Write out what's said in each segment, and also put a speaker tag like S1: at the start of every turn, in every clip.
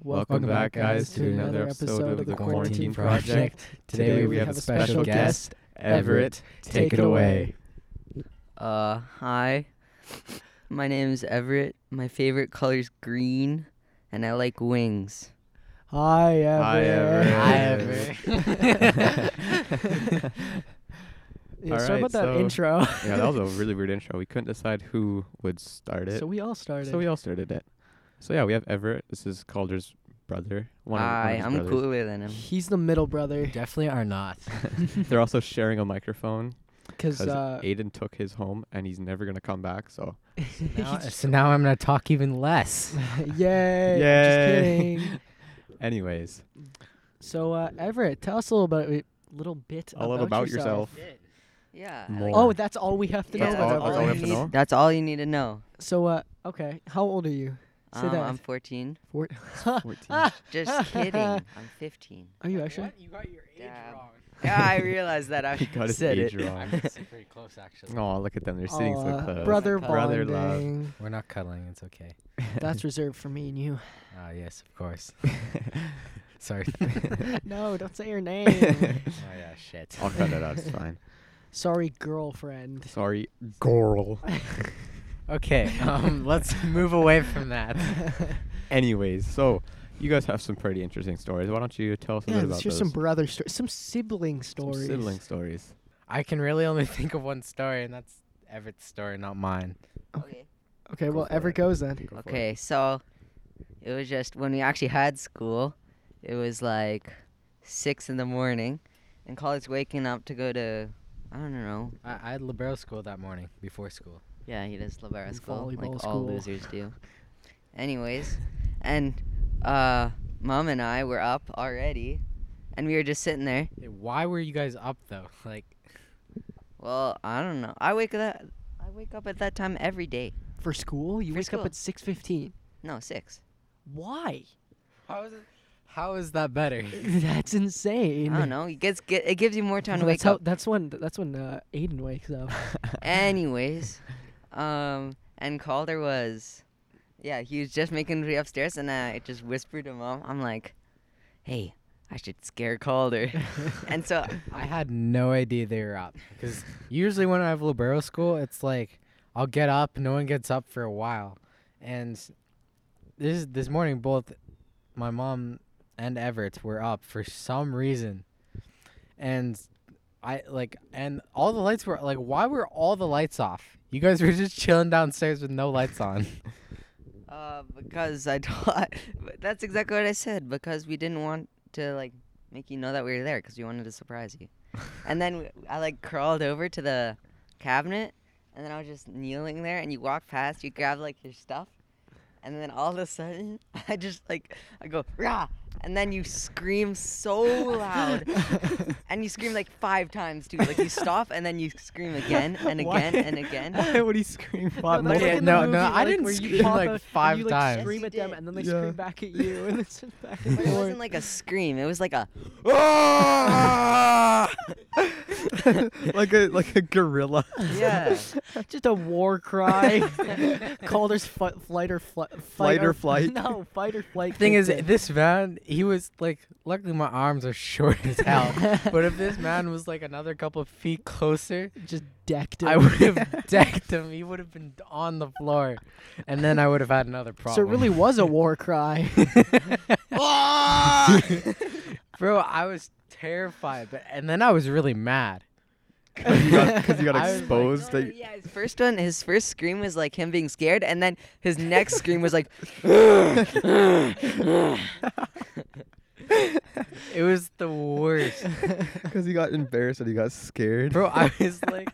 S1: Welcome back, guys, to another episode of the Quarantine Project.
S2: Today we have a special guest,
S1: Everett. Take it away.
S3: Uh, hi. My name is Everett. My favorite color is green, and I like wings.
S2: Hi, Everett.
S1: Hi, Everett.
S3: Hi,
S1: Everett.
S2: yeah,
S1: All
S2: sorry
S1: right,
S2: about that
S1: so-
S2: intro.
S1: yeah, that was a really weird intro. We couldn't decide who would start it,
S2: so we all started.
S1: so we all started it. So yeah, we have Everett. This is Calder's brother. One of, one
S3: Hi,
S1: of his
S3: I'm
S1: brothers.
S3: cooler than him.
S2: He's the middle brother
S4: Definitely are not.
S1: They're also sharing a microphone
S2: because
S1: because
S2: uh,
S1: Aiden took his home and he's never gonna come back. So
S4: Now- so now I'm gonna talk even less.
S2: yay,
S1: Yay.
S2: Just kidding.
S1: Anyways,
S2: So uh, Everett, tell us a little about a little bit
S1: a little about yourself.
S3: Yeah.
S1: I like-
S2: Oh,
S1: Or-
S2: that's all we have to
S1: That's
S2: know.
S1: all-
S2: about
S1: that's
S2: that.
S1: all we have
S3: you
S1: to
S3: need-
S1: know?
S3: That's all you need to know.
S2: So uh, okay, how old are you? Say
S3: Um,
S2: that.
S3: I'm 14.
S2: Four- Ah,
S1: 14.
S3: Ah. Just kidding. I'm 15.
S2: are you actually?
S4: You got your
S3: age Dab. wrong. Yeah, I realized that I
S1: He got his
S3: said
S1: age
S3: it.
S1: wrong.
S4: pretty close, actually.
S1: Oh, look at them. They're sitting so
S2: Aw,
S1: close.
S2: uh, Brother
S1: Brother
S2: bonding.
S1: love.
S4: We're not cuddling. It's okay.
S2: That's reserved for me and you.
S4: Ah, yes, of course. Sorry.
S2: No, don't say your name.
S4: oh yeah, shit.
S1: I'll cut that out. It's fine.
S2: Sorry, girlfriend.
S1: Sorry, girl.
S4: Okay, um, let's move away from that.
S1: Anyways, so you guys have some pretty interesting stories. Why don't you tell us a
S2: Yeah, let's
S1: bit about
S2: hear
S1: those?
S2: some brother stories, some sibling
S1: Some
S2: stories.
S1: sibling stories.
S4: I can really only think of one story, and that's Everett's story, not mine.
S3: Okay.
S2: Okay,
S1: Go
S2: well,
S1: for
S2: Everett
S1: it.
S2: goes then.
S1: Go for it.
S3: Okay, so it was just when we actually had school, it was like six in the morning, and Calder's waking up to go to, I don't know,
S4: I, I had libero school that morning before school.
S3: Yeah, he does live at
S2: And
S3: school, like
S2: volleyball
S3: all
S2: school.
S3: losers do. Anyways, and uh, mom and I were up already, and we were just sitting there.
S4: Hey, Why were you guys up though? Like,
S3: Well, I don't know. I wake up. I wake up at that time every day.
S2: For school, you
S3: For
S2: wake up
S3: school.
S2: at six fifteen.
S3: No, six.
S2: Why?
S4: how is it? How is that better?
S2: That's insane.
S3: I don't know. It gets get, it gives you more time to
S2: Well,
S3: wake
S2: that's how-
S3: up.
S2: That's when. That's when uh, Aiden wakes up.
S3: Anyways, um, and Calder was, yeah, he was just making his way upstairs, and I just whispered to mom, I'm like, hey, I should scare Calder, and so
S4: I had no idea they were up because usually when I have libero school, it's like I'll get up, no one gets up for a while, and this this morning both my mom and Everett were up for some reason, and I like and all the lights were like why were all the lights off? You guys were just chilling downstairs with no lights on.
S3: Uh, because I taught. but That's exactly what I said. Because we didn't want to like make you know that we were there, because we wanted to surprise you. and then w- I like crawled over to the cabinet, and then I was just kneeling there, and you walked past, you grabbed like your stuff, and then all of a sudden I just like I go rah, and then you scream so loud, and you scream like five times too. Like you stop, and then you scream again and
S1: Why-
S3: again and again.
S1: Why would he scream?
S2: But like
S4: more-
S2: in the
S4: no, no,
S2: movie,
S4: I
S2: like,
S4: didn't
S2: where you
S4: scream,
S2: pop
S4: like,
S2: up and
S4: five
S2: you, like,
S4: times.
S2: Scream
S3: Yes,
S2: at
S3: you
S2: them
S3: did.
S2: and then they
S1: Yeah.
S2: scream back at you and then it's back and
S3: But it
S2: forth.
S3: wasn't like a scream. It was like a
S1: Ah! like a like a gorilla.
S3: yeah.
S2: Just a war cry. Calder's fi- flight or fli-
S1: Flight
S2: fight
S1: or flight.
S2: No, fight or flight.
S4: Thing is,
S2: kicked in.
S4: this man, he was like, luckily my arms are short as hell. but if this man was like another couple of feet closer,
S2: just decked.
S4: I
S2: him.
S4: would have decked him. He would have been on the floor, and then I would have had another problem.
S2: So it really was a war cry.
S4: bro, I was terrified, but and then I was really mad.
S1: Because you got, 'cause you got
S4: I was like,
S1: exposed.
S3: No, no,
S1: that
S3: yeah, his first one, his first scream was like him being scared, and then his next scream was like,
S4: "Oh, It was the worst,
S1: because he got embarrassed and he got scared.
S4: bro. I was like,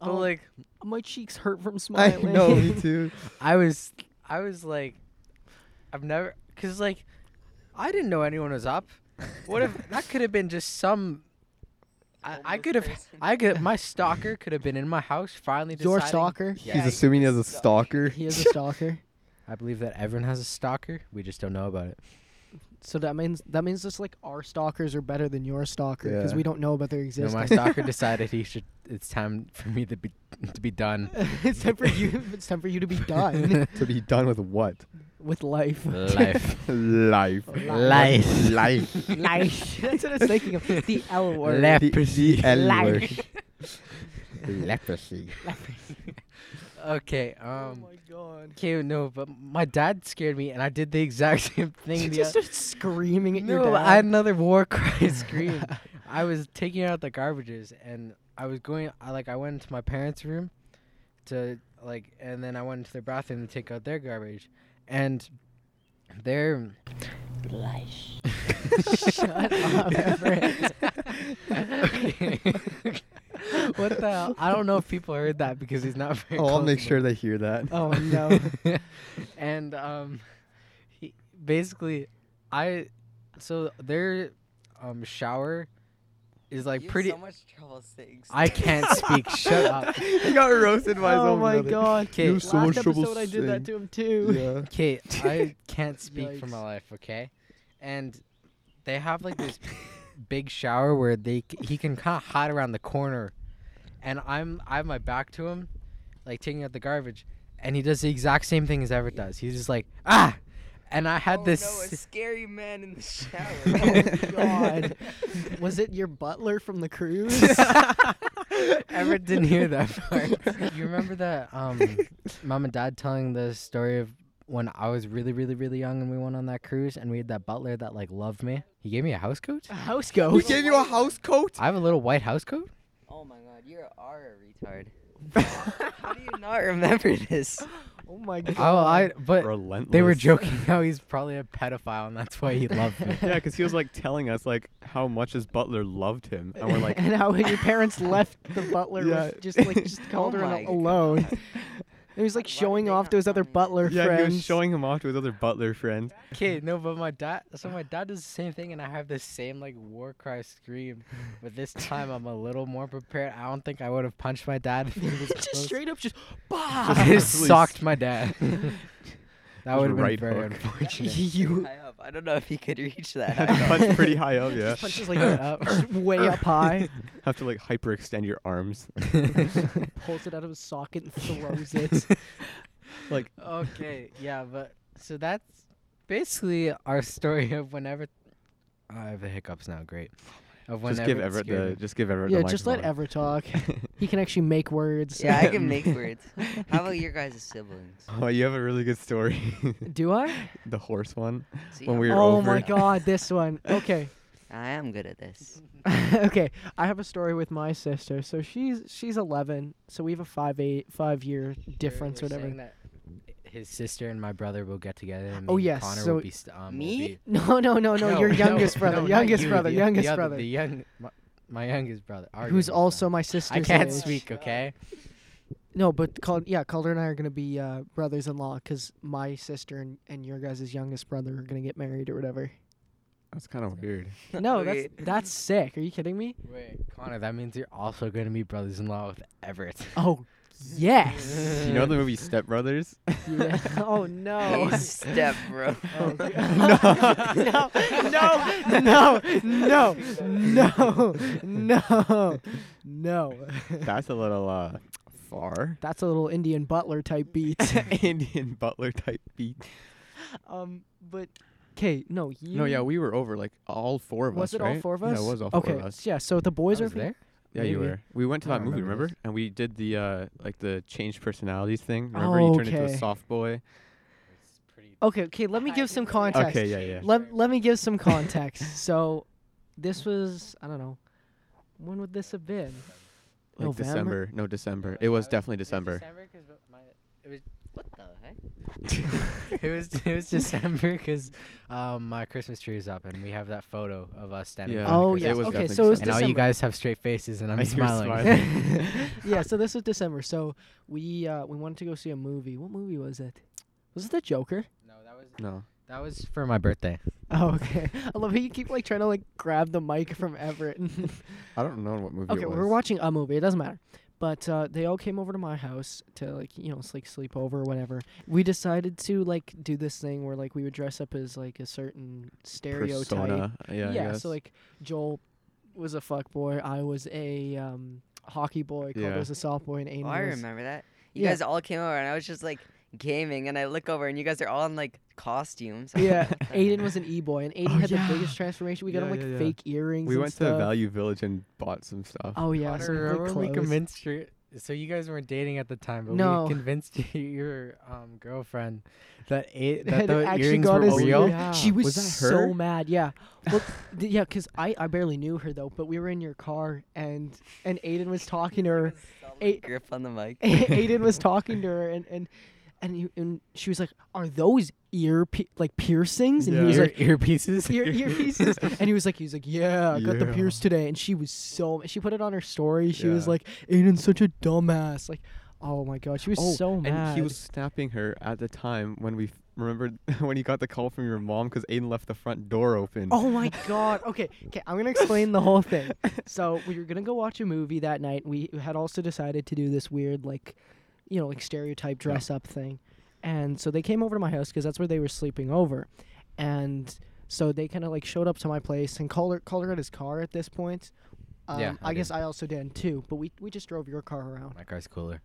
S2: Oh,
S4: oh, like
S2: my cheeks hurt from
S1: I
S2: smiling.
S1: know, me too.
S4: I was, I was like, I've never, cause like, I didn't know anyone was up. What if that could have been just some? I, I
S3: Homeless
S4: could have,
S3: person.
S4: I could, my stalker could have been in my house finally.
S2: Your
S4: deciding-
S2: stalker.
S1: He's assuming he has a stalker.
S2: He is a stalker.
S4: I believe that everyone has a stalker. We just don't know about it.
S2: So that means that means just like our stalkers are better than your stalker because
S1: Yeah.
S2: we don't know about their
S4: No,
S2: existence.
S4: my stalker decided he should. It's time for me to be to be done.
S2: it's time for you. It's time for you to be done.
S1: To be done with what?
S2: with life.
S4: Life.
S1: Life.
S4: Life.
S1: Life.
S2: life. That's what I was thinking of. The L word.
S4: Left.
S1: The- the L word.
S2: Life.
S1: Leprosy.
S4: okay.
S1: Oh
S4: Um.
S2: my god.
S4: Okay. No, but my dad scared me, and I did the exact same thing.
S2: You
S4: the
S2: just
S4: oth-
S2: start screaming at your
S4: no,
S2: dad.
S4: I had another war cry scream. I was taking out the garbages, and I was going. I like I went into my parents' room, to like, and then I went into their bathroom to take out their garbage, and their
S2: Shut up, Everett.
S4: what the hell? I don't know if people heard that because he's not very.
S1: Oh, I'll
S4: close
S1: make
S4: to
S1: sure they hear that.
S2: Oh no.
S4: and um, he, basically, I so their um shower is like
S3: you
S4: pretty.
S3: Have so much trouble saying.
S4: I can't speak. Shut up.
S1: he got roasted by his
S2: oh
S1: own
S2: my
S1: brother.
S2: god.
S4: Okay. You have
S1: so
S2: Last
S1: much trouble
S2: episode I did that
S1: saying-
S2: to him too.
S1: Yeah.
S4: Okay, I can't speak for
S2: Yikes.
S4: my life. Okay, and they have like this big shower where they c- he can kind of hide around the corner, and I'm I have my back to him, like taking out the garbage, and he does the exact same thing as Everett does. He's just like ah, and I had
S3: oh,
S4: this.
S3: No, a scary man in the shower. Oh,
S2: God. Was it your butler from the cruise?
S4: Everett didn't hear that part. You remember that um, mom and dad telling the story of when I was really, really, really young and we went on that cruise and we had that butler that like loved me. He gave me a house coat.
S2: A house
S1: We
S2: goat.
S1: gave you a house coat.
S4: I have a little white house coat.
S3: Oh my god, you are a retard. How do you not remember this?
S2: Oh my
S4: Oh,
S2: god.
S4: I but
S1: Relentless.
S4: they were joking how he's probably a pedophile and that's why he loved me.
S1: Yeah, because he was like telling us like how much his butler loved him, and we're like,
S2: and how your parents left the butler
S1: Yeah.
S2: with just like just called
S3: Oh
S2: her
S3: my
S2: al- alone. And he was
S3: Why
S2: like
S3: did
S2: showing
S3: they
S2: off
S3: not
S2: to his other
S3: tell me?
S2: butler
S1: yeah,
S2: friends.
S1: he was showing him off to his other butler friend.
S4: Okay, no, but my dad. So my dad does the same thing, and I have the same like war cry scream, but this time I'm a little more prepared. I don't think I would have punched my dad. If he was
S2: just
S4: close.
S2: straight up just
S4: I
S2: bah.
S1: Just-
S4: just
S1: absolutely
S4: socked my dad. that
S1: Just
S4: would have been
S1: right
S4: very
S1: hook.
S4: unfortunate.
S2: you
S3: High up. I don't know if he could reach that.
S1: Had to
S3: high up.
S1: punch pretty high up, yeah.
S2: just punches like up, just way up high,
S1: Have to like hyperextend your arms.
S2: pulls it out of his socket and throws it.
S1: Like
S4: okay, yeah, but so that's basically our story of whenever. I have the hiccups now. Great. Of
S1: just give
S4: whenever it
S1: Everett
S4: scared
S1: the
S4: me.
S1: just give Everett
S2: yeah,
S1: the
S2: just let
S1: microphone.
S2: Ever talk. He can actually make words.
S3: yeah, I can make words. How about your guys' siblings?
S1: Oh, you have a really good story.
S2: Do I?
S1: the horse one.
S3: See,
S1: When
S3: I'm-
S1: we were
S2: Oh
S1: over.
S2: my god, this one. Okay.
S3: I am good at this.
S2: okay, I have a story with my sister. So she's she's 11. So we have a five eight five year difference,
S4: We're
S2: whatever.
S4: saying that His sister and my brother will get together. And
S2: Oh,
S4: me and
S2: yes,
S4: Connor
S2: so-
S4: will be st- um, will
S3: Me?
S4: be-
S2: No, no, no, no. your youngest brother,
S4: no, not
S2: youngest
S4: you,
S2: brother,
S4: the-
S2: youngest
S4: the other-
S2: brother,
S4: the young, my, my youngest brother, our
S2: who's
S4: youngest
S2: also
S4: brother.
S2: my sister.
S4: I can't
S3: age.
S4: speak, okay?
S2: No, but Cal- yeah, Calder and I are gonna be uh, brothers-in-law because my sister and, and your guys' youngest brother are gonna get married or whatever.
S1: That's kind of weird.
S2: No, that's
S3: Wait.
S2: that's sick. Are you kidding me?
S4: Wait, Connor, that means you're also gonna be brothers-in-law with Everett.
S2: Oh yes.
S1: You know the movie Step Brothers?
S2: Yeah. Oh no.
S3: Hey, step, bro.
S2: Oh, God. no, no, no, no, no, no, no.
S1: That's a little uh far.
S2: That's a little Indian butler type beat.
S1: Indian butler type beat.
S2: Um, but okay, no, you.
S1: No, yeah, we were over like all four of
S2: was
S1: us.
S2: it all
S1: right?
S2: four of
S1: Yeah,
S2: us?
S1: it was all
S2: okay,
S1: four of us.
S2: yeah. So the
S4: I
S2: boys are
S4: was there?
S1: Yeah, you
S4: Maybe.
S1: were. We went to
S4: I
S1: that movie,
S4: remember
S1: remember?
S4: this.
S1: And we did the uh like the change personalities thing. Remember you turned into
S2: Okay.
S1: a soft boy?
S2: Okay, okay. Let me give some context.
S1: Okay, yeah, yeah.
S2: Let Let me give some context. so, this was I don't know. When would this have been?
S1: Like
S2: November?
S1: December. No, December. It was definitely December.
S3: What the heck?
S4: It was it was December because um, my Christmas tree is up and we have that photo of us standing.
S1: Yeah.
S4: around
S2: oh
S4: Christmas
S2: yes.
S1: was
S4: tree.
S2: Okay,
S1: definitely
S2: so it was
S4: And
S1: December.
S2: December.
S4: all you guys have straight faces and I'm
S1: You're
S4: smiling.
S2: yeah, so this was December. So we uh, we wanted to go see a movie. What movie was it? Was it The Joker?
S4: no, that was
S1: No.
S4: that was for my birthday.
S2: Oh, okay. I love how you keep like trying to like grab the mic from Everett.
S1: I don't know what movie
S2: okay,
S1: it was.
S2: we're watching a movie. It doesn't matter. But uh, they all came over to my house to like you know s- like sleep over or whatever. We decided to like do this thing where like we would dress up as like a certain stereotype.
S1: Persona. Yeah, I
S2: so
S1: guess.
S2: like Joel was a fuck boy. I was a um, hockey boy. Calder
S1: Yeah.
S2: was a soft boy, and Aiden
S3: Oh, I
S2: was
S3: remember that. You
S2: Yeah.
S3: guys all came over, and I was just like, gaming, and I look over, and you guys are all in like costumes.
S2: Yeah, Aiden was an e boy, and Aiden
S1: Oh,
S2: had
S1: yeah.
S2: the biggest transformation. We got
S1: Yeah,
S2: him like
S1: yeah, yeah.
S2: fake earrings.
S1: We
S2: and
S1: went to
S2: stuff.
S1: Value Village and bought some stuff.
S2: Oh yeah,
S4: Connor,
S2: some good
S4: remember we
S2: clothes.
S4: convinced your so you guys weren't dating at the time, but
S2: No.
S4: we convinced your um, girlfriend that a, that
S2: Had
S4: the
S2: actually
S4: earrings
S2: got
S4: were
S2: his
S4: real.
S2: ear- She was,
S1: Was that
S2: so
S1: her?
S2: mad. Yeah. Well, th- yeah, because I, I barely knew her though, but we were in your car and and Aiden was talking to her.
S3: A-
S2: A-
S3: grip on the mic.
S2: Aiden was talking to her and and and, he, and she was like, "Are those ear pi- like piercings?" And
S1: Yeah.
S2: he was
S4: Ear-
S2: like.
S4: earpieces.
S2: Ear, earpieces, and he was like, he was like, yeah, I got the
S1: Yeah.
S2: pierce today, and she was so. She put it on her story. She was
S1: Yeah.
S2: like, Aiden's such a dumbass. Like, oh my god, she was
S1: Oh,
S2: so mad.
S1: And he was snapping her at the time when we f- remembered when you got the call from your mom because Aiden left the front door open.
S2: Oh my god. Okay, okay, I'm gonna explain the whole thing. So we were gonna go watch a movie that night. We had also decided to do this weird, like, you know, like stereotype dress up thing. And so they came over to my house because that's where they were sleeping over. And so they kind of like showed up to my place and Calder Calder got his car at this point. Um,
S4: Yeah,
S2: I,
S4: I
S2: guess I also did too, but we we just drove your car around.
S4: My car's cooler.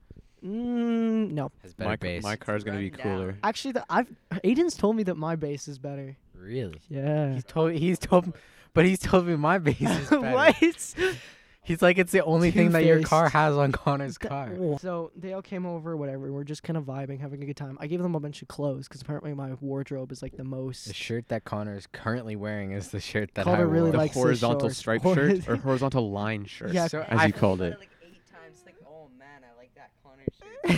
S2: Mm, no,
S4: Has better
S1: my, ca-
S4: bass.
S1: my car's gonna be
S3: Run
S1: cooler.
S3: down.
S2: actually, the, I've Aiden's told me that my bass is better.
S4: really?
S2: Yeah.
S4: He's told. He's told. But he's told me my bass is better.
S2: what?
S4: He's like, it's the only thing that your car
S2: Two-faced.
S4: has on Connor's car.
S2: So they all came over, whatever. and We're just kind of vibing, having a good time. I gave them a bunch of clothes because apparently my wardrobe is like the
S4: The
S2: most.
S4: shirt that Connor is currently wearing is the shirt that
S2: Calder
S4: I
S2: really
S4: wore.
S1: The
S2: likes the
S1: horizontal
S2: shorts.
S1: stripe
S2: Hor-
S1: shirt or horizontal line shirt,
S2: Yeah,
S4: So
S1: as
S4: I-
S1: you called it.
S3: Like eight times, like, oh man, I like that Connor shirt.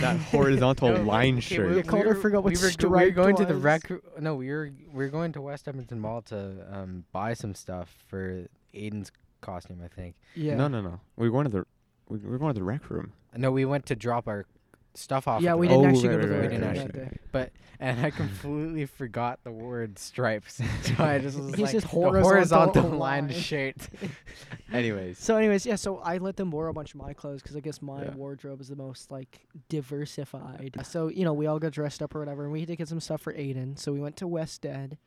S1: That horizontal
S4: No,
S1: line
S4: okay,
S1: shirt.
S4: we-
S2: Yeah,
S4: we
S2: Calder
S4: were-
S2: forgot what
S4: we were, go- we were
S2: striped
S4: going to the
S2: was.
S4: rec. No, we were we were going to West Edmonton Mall to um, buy some stuff for Aiden's costume, I think.
S2: Yeah.
S1: No, no, no. We were going to the we we were going to the rec room.
S4: No, we went to drop our stuff off.
S2: Yeah,
S4: at the
S2: we
S4: mall,
S2: didn't
S1: Oh,
S2: actually
S1: right,
S2: go to the
S1: right,
S4: right,
S2: rec
S4: right,
S2: that
S1: right.
S2: day.
S4: and I completely forgot the word stripes. so I just was
S2: He
S4: like
S2: says
S4: the
S2: horizontal
S4: horizontal
S2: line.
S4: line shirt.
S1: Anyways,
S2: So, anyways, yeah. So I let them borrow a bunch of my clothes because I guess my
S1: Yeah.
S2: wardrobe is the most like diversified. So you know, we all got dressed up or whatever, and we had to get some stuff for Aiden. So we went to West Ed,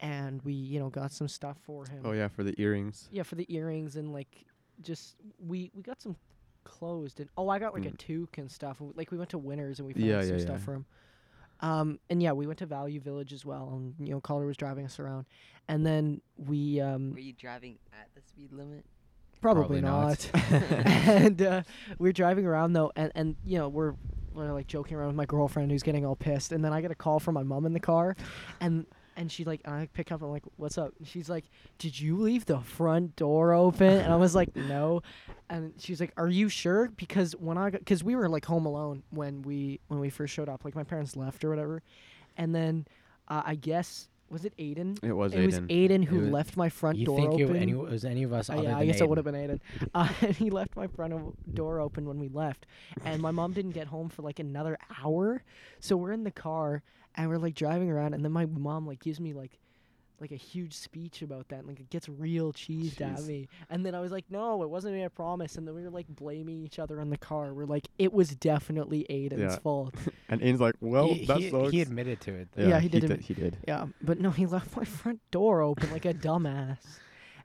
S2: and we you know got some stuff for him.
S1: oh yeah, for the earrings.
S2: Yeah, for the earrings and like just we we got some clothes. Did oh I got like a
S1: Mm.
S2: toque and stuff. and, Like we went to Winners and we found
S1: Yeah,
S2: some
S1: yeah,
S2: stuff
S1: yeah.
S2: for him. Um and yeah, we went to Value Village as well, and you know Calder was driving us around, and then we um
S3: Were you driving at the speed limit?
S2: probably,
S4: Probably
S2: not.
S4: not.
S2: and uh, we we're driving around though, and and you know we're. We're like joking around with my girlfriend who's getting all pissed, and then I get a call from my mom in the car, and and she like and I pick up and I'm like, "What's up?" And she's like, "Did you leave the front door open?" And I was like, "No," and she's like, "Are you sure?" Because when I because we were like home alone when we when we first showed up, like my parents left or whatever, and then uh, I guess was it Aiden?
S1: It was
S2: It was
S1: Aiden.
S2: Aiden who
S4: It was-
S2: left my front
S4: you
S2: door
S4: think
S2: open.
S4: it, any, it was any of us
S2: Uh,
S4: other
S2: yeah,
S4: than
S2: I guess it would have
S4: Aiden.
S2: been Aiden. Uh, and he left my front o- door open when we left, and my mom didn't get home for like another hour. So we're in the car and we're like driving around, and then my mom like gives me like like a huge speech about that, and like it gets real cheesed at
S1: Jeez.
S2: me. And then I was like, no, it wasn't me, I promise. And then we were like blaming each other in the car. We're like, it was definitely Aiden's
S1: Yeah.
S2: fault.
S1: And Aiden's like, well,
S4: he,
S1: that
S4: he-
S1: sucks.
S4: he admitted to it.
S2: Yeah, he did
S1: He
S2: admit-
S1: did. He did.
S2: Yeah, but no, he left my front door open like a dumbass.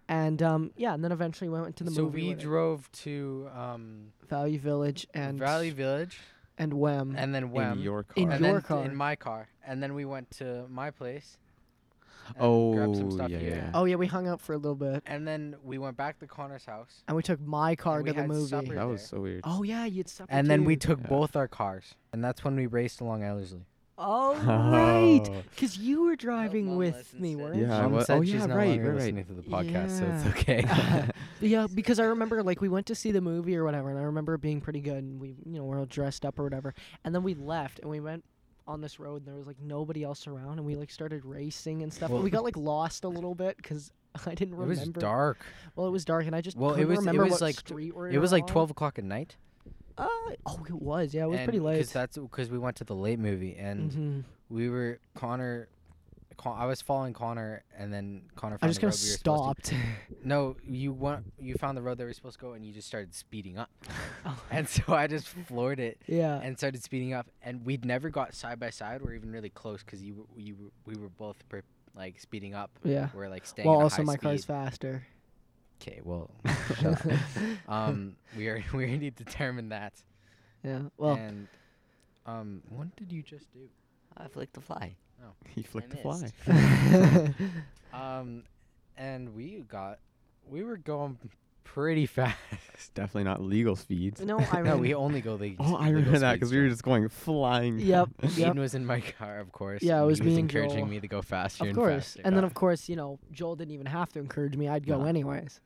S2: And um, yeah, and then eventually we went to the
S4: so
S2: movie
S4: we
S2: with it.
S4: drove to um,
S2: Value Village and
S4: Valley Village
S2: and Wem.
S4: and then
S1: In
S4: Wem.
S1: your car.
S2: In
S4: and
S2: your
S4: then
S2: car.
S4: in my car, and then we went to my place. and grabbed some
S1: oh
S4: stuff
S1: yeah,
S4: here.
S1: yeah.
S2: Oh yeah, we hung out for a little bit,
S4: And then we went back to Connor's house,
S2: and we took my car
S4: And
S2: to
S4: we
S2: the
S4: had
S2: movie.
S4: supper.
S1: That was so weird.
S2: Oh yeah, you had supper.
S4: and then we
S2: too.
S4: took
S1: Yeah.
S4: both our cars, and that's when we raced along Ellerslie.
S2: oh right,
S1: Oh.
S2: because you were driving
S3: mom
S2: with
S3: listens
S2: me,
S3: to it.
S2: weren't
S1: Yeah, I
S4: Mom
S1: wa-
S4: said
S1: oh,
S4: she's
S1: yeah,
S4: no
S1: right,
S4: longer
S1: right, right.
S4: listening to the podcast, so it's
S2: Yeah.
S4: okay.
S2: you? Yeah, because I remember like we went to see the movie or whatever, and I remember it being pretty good, and we you know we're all dressed up or whatever, and then we left and we went on this road, and there was like nobody else around, and we like started racing and stuff. but
S4: Well-
S2: we got like lost a little bit because I didn't
S4: it was
S2: remember.
S4: dark.
S2: Well, it was dark, and I just
S4: Well, it
S2: couldn't
S4: was- it
S2: remember
S4: was,
S2: what
S4: like, tw-
S2: street we're
S4: It was like
S2: on.
S4: twelve o'clock at night.
S2: Uh, oh, it was. Yeah, it was pretty late.
S4: Because that's because we went to the late movie, and
S2: Mhm.
S4: we were Connor. Con- I was following Connor, and then Connor.
S2: I
S4: Found
S2: just
S4: the
S2: kind
S4: road
S2: of
S4: we were supposed to-
S2: stopped.
S4: No, you went. You found the road that we were supposed to go, and you just started speeding up.
S2: Oh.
S4: and so I just floored it
S2: yeah.
S4: and started speeding up. And we'd never got side by side or even really close because you were- you were- we were both per- like speeding up.
S2: yeah.
S4: We're like staying.
S2: Well,
S4: at a
S2: also
S4: high
S2: my car's
S4: speed.
S2: faster.
S4: Okay, well, shut up. um, we already we already determined that.
S2: yeah. Well,
S4: and Um, what did you just do?
S3: I flicked the fly.
S1: He flicked the fly.
S3: missed.
S4: Um, and we got, we were going pretty fast.
S1: It's definitely not legal speeds.
S2: No, I
S4: no, we
S2: remember.
S4: only go legal.
S1: Oh, I
S4: legal
S1: remember that
S4: speeds
S1: because we were
S4: now.
S1: just going flying.
S2: Yep.
S4: Ian
S2: yep.
S4: was in my car, of course.
S2: Yeah, it
S4: and
S2: was
S4: he
S2: me
S4: was
S2: and
S4: encouraging
S2: Joel.
S4: me to go faster.
S2: Of
S4: and
S2: course.
S4: faster.
S2: And then of course, you know, Joel didn't even have to encourage me. I'd go
S1: No.
S2: anyways.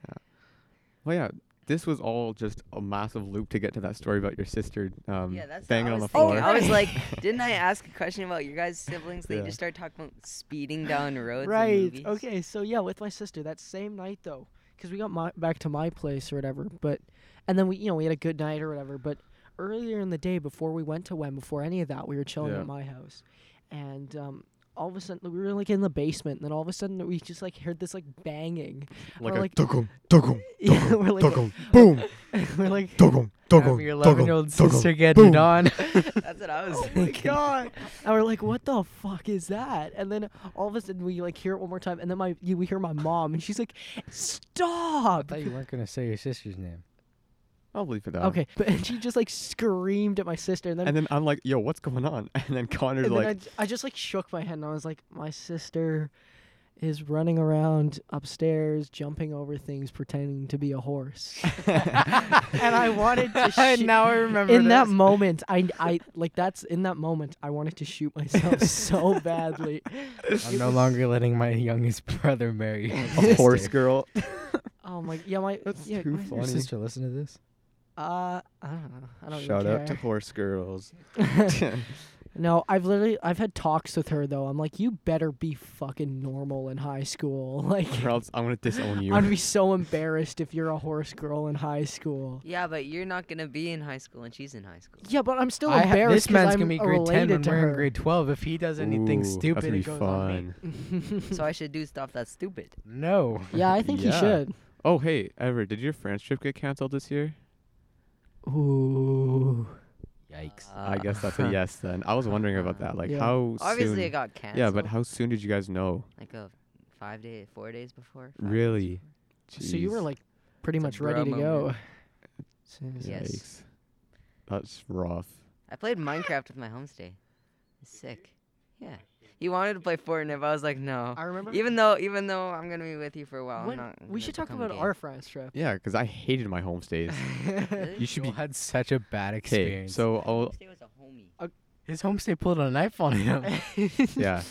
S1: Well, yeah, this was all just a massive loop to get to that story about your sister um,
S3: Yeah, that's what
S1: banging
S3: I
S1: on
S3: was
S1: the
S3: thinking.
S1: floor.
S3: I was like, didn't I ask a question about your guys' siblings? They
S1: Yeah.
S3: just started talking about speeding down roads. And
S2: Right.
S3: movies.
S2: Okay. So yeah, with my sister that same night though, because we got my, back to my place or whatever. But and then we, you know, we had a good night or whatever. But earlier in the day, before we went to Wen, before any of that, we were chilling
S1: Yeah.
S2: at my house, and um, all of a sudden we were like in the basement, and then all of a sudden we just like heard this like banging.
S1: like
S2: we're
S1: a
S2: like-
S1: "Tukum, tukum,
S2: yeah, we're like,
S1: tukum, boom,
S2: we're like,
S1: tukum,
S4: Have
S1: tukum,
S4: your
S1: tukum."
S4: 11 year old
S1: toggle,
S4: sister getting it
S1: boom.
S4: on.
S3: That's what I was
S2: oh my
S3: thinking.
S2: god! And we're like, what the fuck is that? And then all of a sudden we like hear it one more time, and then my you, we hear my mom, and she's like,
S4: I
S2: stop!
S4: thought you weren't gonna say your sister's name.
S1: I'll leave it out.
S2: Okay, but and she just like screamed at my sister, and then
S1: And then I'm like, yo, what's going on? And then Connor's
S2: and
S1: like,
S2: then I j- I, just like shook my head and I was like, my sister is running around upstairs, jumping over things, pretending to be a horse. and I wanted to shoot.
S4: now I remember.
S2: in that
S4: this.
S2: moment, I, I like that's in that moment I wanted to shoot myself so badly.
S4: I'm no longer letting my youngest brother marry your
S1: a horse
S4: sister.
S1: girl.
S2: Oh my yeah my
S1: That's
S2: yeah,
S1: too
S2: my-
S1: funny.
S4: Your sister, listen to this.
S2: Uh, I don't know. I don't
S1: Shout
S2: even
S1: out to horse girls.
S2: care. No, I've literally I've had talks with her though. I'm like, you better be fucking normal in high school. Like
S1: or else I'm gonna disown you.
S2: I'd be so embarrassed if you're a horse girl in high school.
S3: Yeah, but you're not gonna be in high school, and she's in high school.
S2: Yeah, but I'm still
S4: I ha-
S2: embarrassed.
S4: this man's
S2: 'cause
S4: gonna
S2: I'm
S4: be grade ten when
S2: related to
S4: we're in
S2: her.
S4: grade twelve. If he does anything
S1: Ooh,
S4: stupid,
S1: that's gonna be
S4: it goes on me.
S1: fun.
S3: So I should do stuff that's stupid.
S4: No.
S2: yeah, I think you
S1: Yeah.
S2: should.
S1: Oh hey, Everett, did your France trip get canceled this year?
S2: Ooh.
S4: Yikes.
S1: I guess that's a yes then. I was wondering about that. Like
S2: Yeah.
S1: how
S3: Uh, Obviously,
S1: soon?
S3: it got canceled.
S1: yeah, but how soon did you guys know?
S3: like a five day, four days before. five days
S1: Really?
S2: So you were
S1: Jeez.
S2: like pretty
S3: It's a
S2: much
S3: bro
S2: ready to go.
S3: moment.
S2: Seriously.
S3: Yes.
S1: Yikes. That's rough.
S3: I played Minecraft with my homestay. It's sick. Yeah. He wanted to play Fortnite, but I was like, no.
S2: I remember.
S3: Even though, even though I'm gonna be with you for a while,
S2: when-
S3: I'm not.
S2: we
S3: gonna
S2: should talk
S3: become
S2: about
S3: gay.
S2: our France trip.
S1: Yeah, because I hated my homestays.
S3: Really?
S1: you should
S4: Joel
S1: be
S4: had such a bad
S1: okay.
S4: experience.
S1: So oh,
S3: My
S1: I'll
S3: homestay was a homie.
S2: Oh,
S4: his homestay pulled a knife on him.
S1: yeah.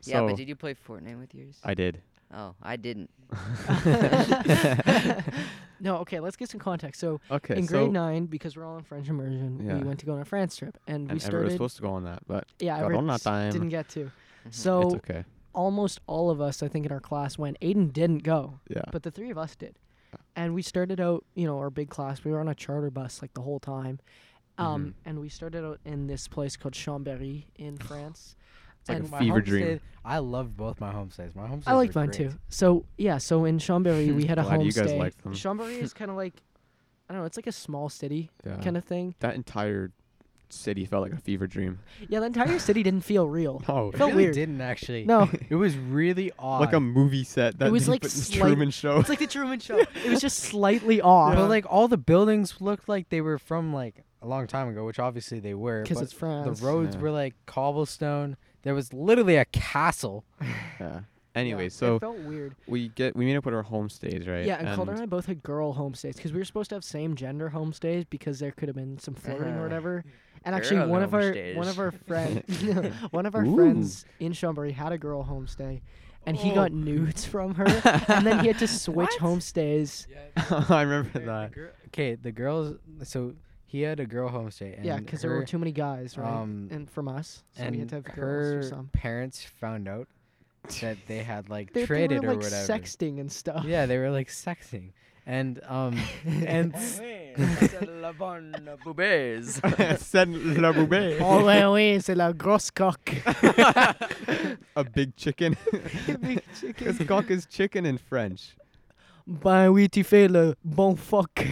S1: So
S3: yeah, but did you play Fortnite with yours?
S1: I did.
S3: oh, I didn't.
S2: no, okay. Let's get some context. So
S1: okay.
S2: in
S1: so
S2: grade nine, because we're all in French immersion,
S1: Yeah.
S2: we went to go on a France trip, and, we
S1: and Everett was
S2: started.
S1: supposed to go on that, but
S2: yeah,
S1: got
S2: Everett
S1: on that
S2: s-
S1: time.
S2: didn't get to.
S3: Mhm.
S2: So
S1: it's okay.
S2: almost all of us, I think, in our class went. Aiden didn't go,
S1: Yeah.
S2: but the three of us did, and we started out. You know, our big class. We were on a charter bus like the whole time,
S1: Mm-hmm.
S2: um, and we started out in this place called Chambéry in France.
S1: It's like a
S2: and
S4: My
S1: fever dream.
S4: homestay- I loved both my homestays. My homestays.
S2: I liked
S4: were
S2: mine too.
S4: great.
S2: So yeah, so in Chambéry we had a
S1: Glad
S2: homestay.
S1: you guys liked them.
S2: Chambéry is kind of like, I don't know, it's like a small city
S1: yeah.
S2: kind of thing.
S1: that entire city felt like a fever dream.
S2: Yeah, the entire city didn't feel real.
S1: No,
S4: It
S2: Felt
S4: really
S2: weird.
S4: didn't actually.
S2: No,
S4: It was really odd.
S1: like a movie set that
S2: was
S1: they
S2: like
S1: put in the
S2: slight-
S1: Truman Show.
S2: it's like the Truman Show. It was just slightly off.
S4: But like all the buildings looked like they were from like a long time ago, which obviously they were.
S2: because
S4: but
S2: it's France.
S4: the roads
S1: Yeah.
S4: were like cobblestone. There was literally a castle.
S1: yeah. Anyway,
S2: Yeah,
S1: so
S2: it felt weird.
S1: we get we meet up with our homestays, right?
S2: Yeah, and, Calder and I both had girl homestays because we were supposed to have same gender homestays because there could have been some flirting
S4: Uh-huh.
S2: or
S3: Uh,
S2: whatever. And actually,
S3: girl
S2: one of our one of
S3: homestays.
S2: our friends one of our
S1: Ooh.
S2: friends in Chambéry had a girl homestay, and he
S4: Oh.
S2: got nudes from her, and then he had to switch
S3: What?
S2: homestays.
S1: I remember that.
S4: Okay, the girls. So he had a girl homestay. And
S2: Yeah, because there
S4: her-
S2: were too many guys, right?
S4: um,
S2: and from us, so
S4: and
S2: we had to have girls
S4: her
S2: or some.
S4: parents found out that they had like
S2: They, they
S4: traded
S2: were like
S4: or whatever.
S2: sexting and stuff.
S4: Yeah, they were like sexing, and um, and s-
S1: Said La Boubée.
S2: Oh ouais, oui, c'est la grosse coque.
S1: a big chicken.
S2: Big
S1: Because
S2: chicken.
S1: cock is chicken in French.
S2: Ben oui, tu fais le bon fuck.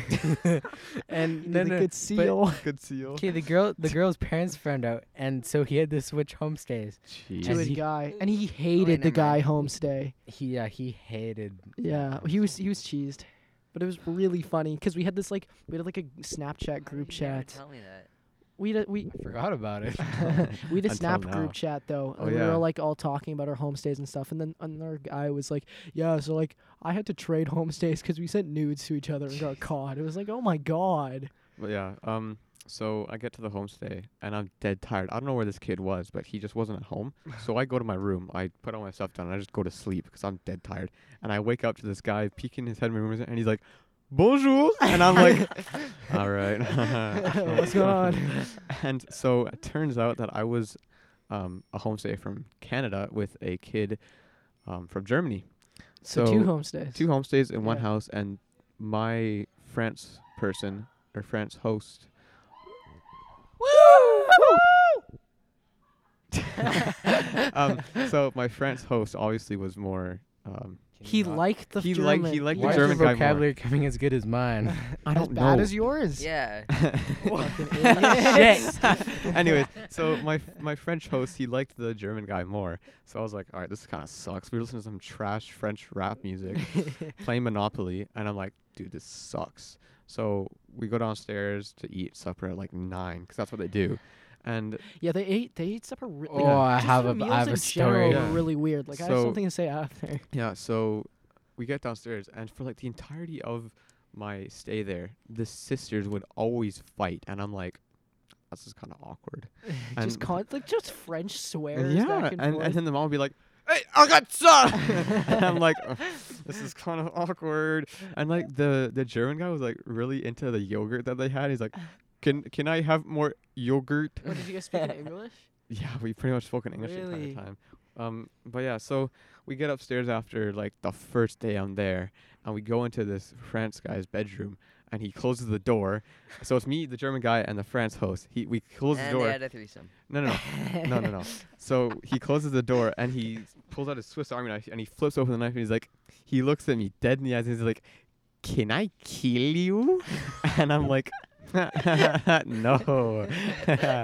S4: and
S2: No,
S4: then
S2: no,
S4: uh,
S2: good seal.
S1: Good seal.
S4: Okay, the girl, the girl's parents found out, and so he had to switch homestays.
S2: to
S4: and
S2: a
S4: he-
S2: guy, and he hated the
S3: never
S2: guy
S3: mind.
S2: homestay.
S4: He, yeah, he hated.
S2: Yeah, he was he was cheesed, but it was really funny because we had this like we had like a Snapchat group
S3: You never
S2: chat.
S3: Tell me that.
S2: we did, we
S4: I forgot about it.
S2: we did
S1: Until
S2: Snap
S1: now.
S2: group chat though,
S1: Oh,
S2: and we
S1: yeah.
S2: were like all talking about our homestays and stuff. And then another guy was like, "Yeah, so like I had to trade homestays because we sent nudes to each other and got caught." It was like, "Oh my god!"
S1: But yeah, um, so I get to the homestay and I'm dead tired. I don't know where this kid was, but he just wasn't at home. so I go to my room. I put all my stuff down and I just go to sleep because I'm dead tired. And I wake up to this guy peeking his head in my room and he's like, "Bonjour," and I'm like, "All right,
S2: What's going on?
S1: And so it turns out that I was um, a homestay from Canada with a kid um, from Germany.
S2: So, two homestays.
S1: two homestays in one
S2: Yeah.
S1: house, and my France person or France host um, so my France host obviously was more. Um,
S2: he
S4: Cannot-
S2: liked the
S1: He
S2: German.
S1: liked- he liked the
S4: Why
S2: yeah.
S4: is
S1: German
S4: your
S1: guy more.
S4: vocabulary coming as good as mine?
S1: I
S2: as
S1: don't
S2: bad
S1: know.
S2: as yours.
S3: Yeah.
S2: Yes.
S1: Anyways, so my f- my French host he liked the German guy more, so I was like, all right, this kind of sucks. We were listening to some trash French rap music, playing Monopoly, and I'm like, dude, this sucks. So we go downstairs to eat supper at like nine, because that's what they do, and
S2: yeah, they ate. They ate supper. Re- like,
S4: Oh, I
S2: just
S4: have
S2: their
S4: a- I
S2: meals
S4: have a
S2: in general
S1: story.
S2: were
S1: Yeah.
S2: really weird. Like I have
S1: So-
S2: something to say after.
S1: Yeah, so we get downstairs, and for like the entirety of my stay there, the sisters would always fight, and I'm like, this is kind of awkward.
S2: just
S1: And-
S2: con- like just French
S1: And
S2: swears.
S1: yeah,
S2: back and,
S1: and,
S2: forth.
S1: and then the mom would be like, hey, I got son! and I'm like, "Ugh, this is kind of awkward. And like the the German guy was like really into the yogurt that they had. He's like, can can I have more yogurt?
S2: What did you guys speak in English?
S1: Yeah, we pretty much spoke in English the
S2: Really?
S1: entire time. Um, but yeah, so we get upstairs after like the first day I'm there, and we go into this France guy's bedroom, and he closes the door. So it's me, the German guy, and the France host. He we close the
S3: and
S1: door.
S3: they had a threesome.
S1: No, no, no, no, no, no. So he closes the door and he pulls out his Swiss Army knife and he flips open the knife and he's like, he looks at me dead in the eyes and he's like, "Can I kill you?" And I'm like, "No."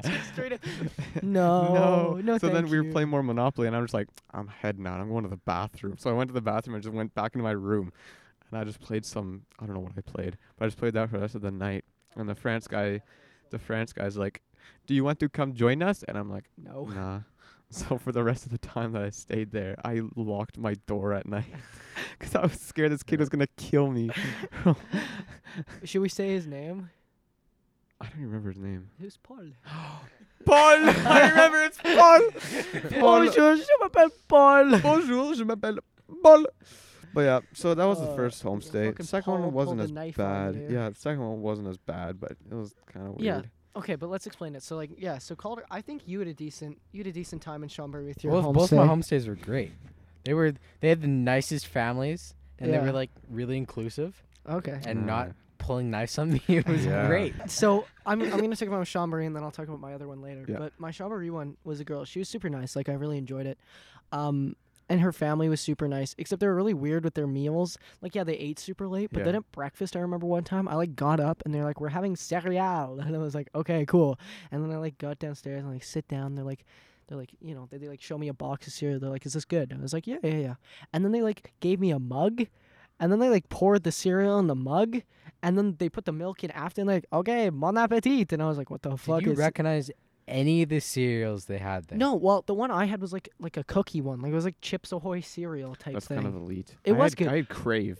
S2: No, no,
S1: So then
S2: thank
S1: we were
S2: you.
S1: playing more Monopoly, and I'm just like, I'm heading out. I'm going to the bathroom. So I went to the bathroom and just went back into my room, and I just played some. I don't know what I played, but I just played that for the rest of the night. And the France guy, the France guy's like, "Do you want to come join us?" And I'm like,
S2: No.
S1: "Nah." So for the rest of the time that I stayed there, I locked my door at night because I was scared this kid was gonna kill me.
S2: Should we say his name?
S1: I don't remember his name.
S2: Who's Paul?
S1: Paul. I remember it's Paul. Paul.
S2: Bonjour, je m'appelle Paul.
S1: Bonjour, je m'appelle Bol. But yeah, so that was the
S2: Uh,
S1: first homestay.
S2: fucking
S1: The second
S2: Paul
S1: one wasn't
S2: pulled a
S1: as
S2: knife on
S1: bad.
S2: you.
S1: Yeah, the second one wasn't as bad, but it was kind of
S2: Yeah.
S1: weird.
S2: Okay, but let's explain it. So like, yeah. So Calder, I think you had a decent, you had a decent time in Schaumburg with your
S4: both,
S2: homestay.
S4: both my homestays were great. They were they had the nicest families and they
S2: Yeah.
S4: were like really inclusive
S2: Okay.
S4: and
S1: Yeah.
S4: not pulling knives on me. It was
S1: Yeah.
S4: great.
S2: So I'm, I'm gonna talk about Schaumburg and then I'll talk about my other one later.
S1: Yeah.
S2: But my Schaumburg one was a girl. She was super nice. Like I really enjoyed it. Um, and her family was super nice. Except they were really weird with their meals. Like yeah, they ate super late. But then
S1: Yeah.
S2: at breakfast, I remember one time I like got up and they're like, "We're having cereal," and I was like, "Okay, cool." And then I like got downstairs and like sit down. they're like. They're like, you know, they, they like show me a box of cereal. They're like, is this good? And I was like, yeah, yeah, yeah. And then they like gave me a mug, and then they like poured the cereal in the mug, and then they put the milk in after, and like, okay, bon appetit. And I was like, what the fuck
S4: Did you
S2: is
S4: recognize any of the cereals they had there?
S2: No, well, the one I had was like like a cookie one, like it was like Chips Ahoy cereal type
S1: That's
S2: thing.
S1: kind of elite.
S2: It
S1: I
S2: was
S1: had,
S2: good.
S1: I had crave,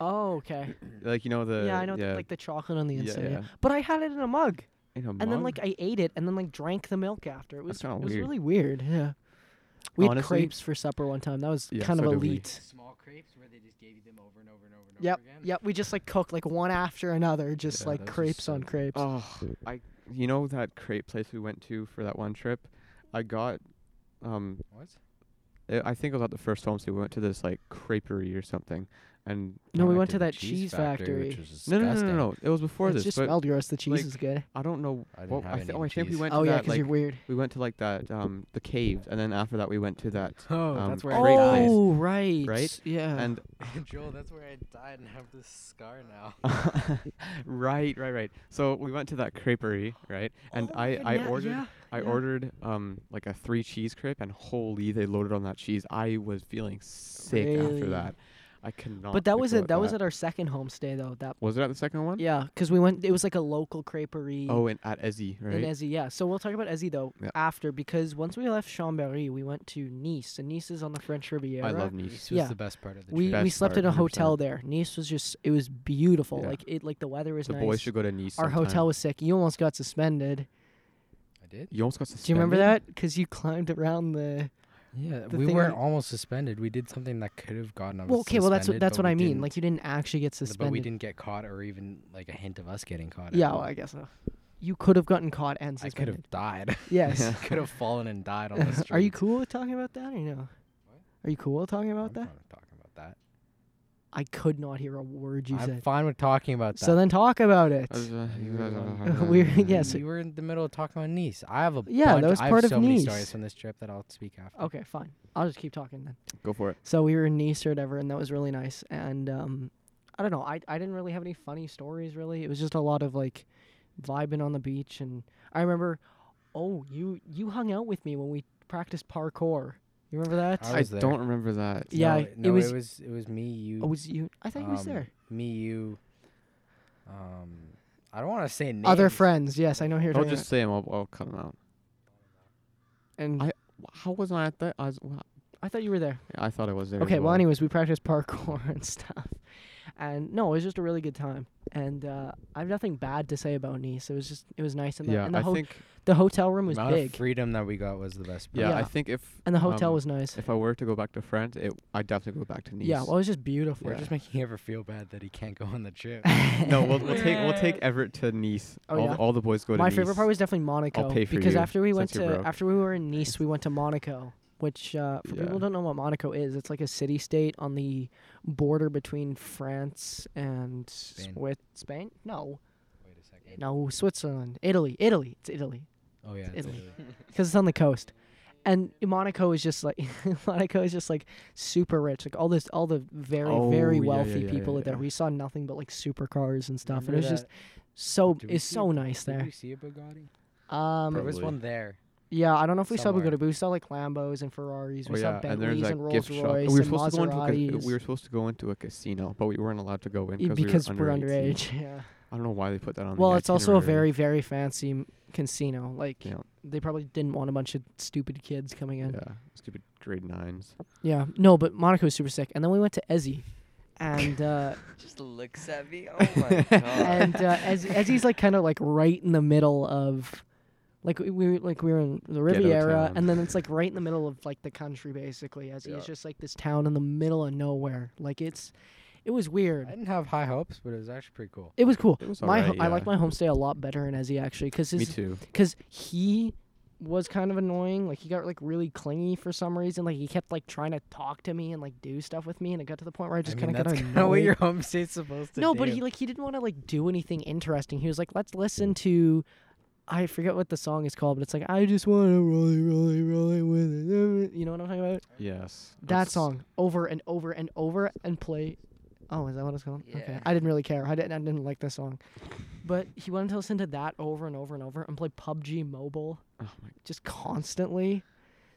S2: oh, okay.
S1: like you know the.
S2: yeah, I know, th-
S1: Uh, Yeah,
S2: like the chocolate on the
S1: yeah,
S2: inside. Yeah,
S1: yeah.
S2: But I had it in a mug,
S1: In a
S2: and then like
S1: mug?
S2: I ate it, and then like drank the milk after. It was
S1: That's kinda
S2: it was
S1: weird.
S2: really weird. Yeah. We had
S1: Honestly-
S2: crepes for supper one time. That was
S1: Yeah,
S2: kind of
S1: so did we.
S2: elite.
S4: Small crepes where they just gave you them over and over and over and
S2: Yep, yep. We just like cooked like one after another, just
S4: Yeah,
S2: like
S4: those are
S2: crepes
S4: so
S2: on crepes.
S1: Oh, I you know that crepe place we went to for that one trip? I got um
S4: What?
S1: I I think it was at the first homestay we went to this like creperie or something and
S2: no,
S4: I
S2: we
S4: went
S2: went
S4: to
S2: to
S4: the
S2: that cheese factory.
S4: which was
S1: no, no, no,
S4: disgusting.
S1: no, no. It was before
S2: It
S1: this.
S2: just
S1: but
S2: smelled gross. The cheese
S1: like,
S2: is good.
S1: I don't know.
S4: I didn't
S1: What,
S4: have
S1: I
S4: any
S1: thi- oh, I think we
S4: cheese.
S1: went to
S2: Oh yeah,
S1: that
S2: because
S1: like
S2: you're weird.
S1: we went to like that um the caves and then after that we went to that
S4: Oh,
S1: Um,
S4: that's where
S1: Great
S4: I
S1: place.
S4: died.
S2: Oh right,
S1: Right?
S2: Yeah.
S1: and
S4: Joel, that's where I died and have this scar now.
S1: right, right, right. So we went to that creperie, right? And
S2: Oh,
S1: I
S2: yeah,
S1: I
S2: yeah,
S1: ordered
S2: yeah,
S1: I
S2: yeah.
S1: ordered um like a three cheese crepe and holy they loaded on that cheese. I was feeling sick after
S2: Really?
S1: that. Oh, I cannot.
S2: But that was
S1: recall
S2: it. That was at our second homestay though. That
S1: Was it at the second one?
S2: yeah, because we went. It was like a local creperie.
S1: Oh, and at Ezzy, right?
S2: In Ezzy, yeah. So we'll talk about Ezzy though
S1: Yeah.
S2: after because once we left Chambéry, we went to Nice, and Nice is on the French Riviera.
S1: I love Nice.
S4: Nice was
S2: Yeah.
S4: the best part of the
S2: we
S4: trip.
S2: we
S1: Best
S2: slept in
S1: part,
S2: a
S1: 100%.
S2: hotel there. Nice was just it was beautiful.
S1: Yeah.
S2: Like it like the weather was
S1: The
S2: nice.
S1: boys should go to Nice.
S2: Our
S1: sometime.
S2: hotel was sick. You almost got suspended.
S4: I did.
S1: You almost got
S2: Do you
S1: suspended.
S2: remember that? Because you climbed around the.
S4: Yeah,
S2: The
S4: we
S2: thing
S4: were
S2: we-
S4: almost suspended. We did something that could have gotten us.
S2: Well, okay, well that's what
S4: suspended,
S2: that's
S4: but
S2: what
S4: we
S2: I mean.
S4: didn't.
S2: Like you didn't actually get
S4: Th-
S2: suspended.
S4: But we didn't get caught, or even like a hint of us getting caught. at
S2: Yeah,
S4: all.
S2: well, I guess so. You could have gotten caught and
S4: I could
S2: suspended.
S4: have died.
S2: Yes.
S4: could have fallen and died on the street.
S2: Are you cool with talking about that or no? Are you cool with talking
S4: I'm
S2: about that?
S4: fine with talking about that.
S2: I could not hear a word you
S4: I'm
S2: said.
S4: fine with talking about that.
S2: So then talk about it.
S1: uh,
S2: We're- yeah, so-
S4: you were in the middle of talking about Nice. I have a
S2: Yeah, that
S4: bunch-
S2: was
S4: I
S2: part
S4: have
S2: of
S4: so many
S2: Nice. Oh,
S4: stories from this trip that I'll speak after.
S2: Okay, fine. I'll just keep talking then.
S1: Go for it.
S2: So we were in Nice or whatever, and that was really nice. And um, I don't know. I I didn't really have any funny stories really. It was just a lot of like vibing on the beach. And I remember, oh, you you hung out with me when we practiced parkour. You remember that?
S4: I
S1: I
S4: was there.
S1: don't remember that.
S2: Yeah,
S4: No,
S2: I- it
S4: no,
S2: was-
S4: it was it was me, you,
S2: Oh, was you? I thought you was
S4: um,
S2: there.
S4: me, you. Um, I don't want to say names.
S2: Other friends. Yes, I know here.
S1: Don't just say him. I'll, I'll cut him out.
S2: and
S1: I- How was I at that? I, was, well,
S2: I thought you were there.
S1: I thought I was there. as
S2: Okay, well,
S1: well
S2: anyways, we practiced parkour and stuff. And no, it was just a really good time. And uh, I have nothing bad to say about Nice. It was just it was nice and the,
S1: Yeah,
S2: and the,
S1: I
S2: ho-
S1: think.
S2: the hotel room
S4: The
S2: was
S4: amount of
S2: big
S4: freedom that we got was the best. part.
S1: Yeah, I
S2: Yeah.
S1: think if
S2: and the hotel
S1: um,
S2: was nice.
S1: if I were to go back to France, it I definitely go back to Nice.
S2: Yeah, well, it was just beautiful.
S4: We're just making Everett feel bad that he can't go on the trip.
S1: no, we'll, we'll take we'll take Everett to Nice.
S2: Oh,
S1: all,
S2: yeah?
S1: the, all the boys go to
S2: My
S1: Nice.
S2: favorite part was definitely Monaco
S1: pay for
S2: because
S1: you
S2: after we went
S1: since you're
S2: to
S1: broke.
S2: after we were in Nice, we went to Monaco, which uh, for people
S1: Yeah.
S2: who don't know what Monaco is, it's like a city state on the border between France and
S4: Spain.
S2: Swi- Spain. No,
S4: Wait a second.
S2: no, Switzerland, Italy, Italy. It's Italy.
S4: Oh yeah,
S2: Italy.
S4: totally.
S2: because it's on the coast. And Monaco is just like Monaco is just like super rich. Like all this, all the very
S1: Oh,
S2: very
S1: yeah, yeah,
S2: wealthy
S1: yeah,
S2: people
S1: yeah,
S2: there.
S1: yeah.
S2: We saw nothing but like supercars and stuff, and
S4: Remember
S2: it was just
S4: that-
S2: so
S4: Did we
S2: it's
S4: see
S2: so
S4: a-
S2: nice
S4: Did
S2: there.
S4: we see a Bugatti?
S2: Um,
S4: There was
S1: Probably.
S4: one there.
S2: yeah, I don't know if we saw
S4: somewhere.
S2: Bugatti, but we saw like Lambos and Ferraris.
S1: Oh,
S2: We
S1: yeah,
S2: saw
S1: and
S2: Bentleys
S1: there's like
S2: and Rolls
S1: gift shop.
S2: Royce
S1: we were
S2: and
S1: supposed to go into a, ca-
S2: Maseratis.
S1: we were supposed to go into a casino, but we weren't allowed to go in
S2: E-
S1: because
S2: because
S1: we
S2: we're
S1: were under 18.
S2: underage. Yeah.
S1: I don't know why they put that on.
S2: Well,
S1: the
S2: it's also a very
S1: itinerary.
S2: very fancy m- casino. Like
S1: Yeah.
S2: they probably didn't want a bunch of stupid kids coming in.
S1: yeah stupid grade nines.
S2: Yeah, no, but Monaco was super sick. And then we went to Ezzy, and uh,
S3: Just looks at me. Oh my god.
S2: and uh, Ez- Ezzy's like kind of like right in the middle of, like we- we were- like we were in the Riviera,
S1: town.
S2: and then it's like right in the middle of like the country basically. Ezzy
S1: Yeah.
S2: is just like this town in the middle of nowhere. Like it's, it was weird.
S4: I didn't have high hopes, but it was actually pretty cool.
S2: It was cool.
S1: It was
S2: My ho-
S1: alright,
S2: I like my
S1: yeah.
S2: homestay a lot better in Ezzy actually because
S1: Me too.
S2: because he was kind of annoying. Like he got like really clingy for some reason. Like he kept like trying to talk to me and like do stuff with me, and it got to the point where I just
S4: I mean,
S2: kind of got
S4: that's
S2: annoyed.
S4: kinda what your home state's supposed to
S2: no
S4: do.
S2: but he like he didn't want to like do anything interesting he was like let's listen to i forget what the song is called but it's like i just want to really really really with it you know what i'm talking about
S1: Yes.
S2: that
S1: That's-
S2: song over and over and over and play oh is that what it's called okay
S3: Yeah.
S2: i didn't really care i didn't i didn't like this song but he wanted to listen to that over and over and over and play pubg mobile
S1: Oh my
S2: just constantly.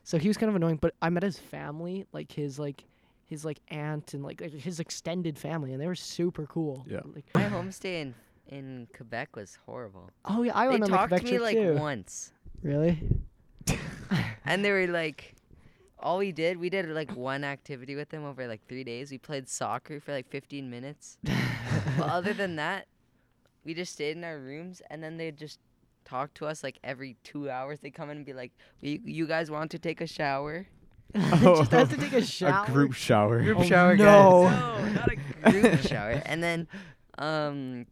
S2: So he was kind of annoying, but I met his family, like his like his like aunt and like his extended family, and they were super cool.
S1: Yeah.
S2: Like,
S3: My homestay in in Quebec was horrible.
S2: oh yeah, I
S3: they
S2: went on
S3: talked
S2: the Quebec
S3: to me
S2: trip
S3: like
S2: too.
S3: once,
S2: Really?
S3: and they were like, all we did, we did like one activity with them over like three days. We played soccer for like 15 minutes, but other than that, we just stayed in our rooms, and then they just talk to us like every two hours. They come in and be like, you, you guys want to take a shower?
S2: Just has to take a shower.
S1: group shower.
S4: Group
S2: Oh,
S4: shower, guys.
S2: no.
S3: No, not a group shower. And then, um,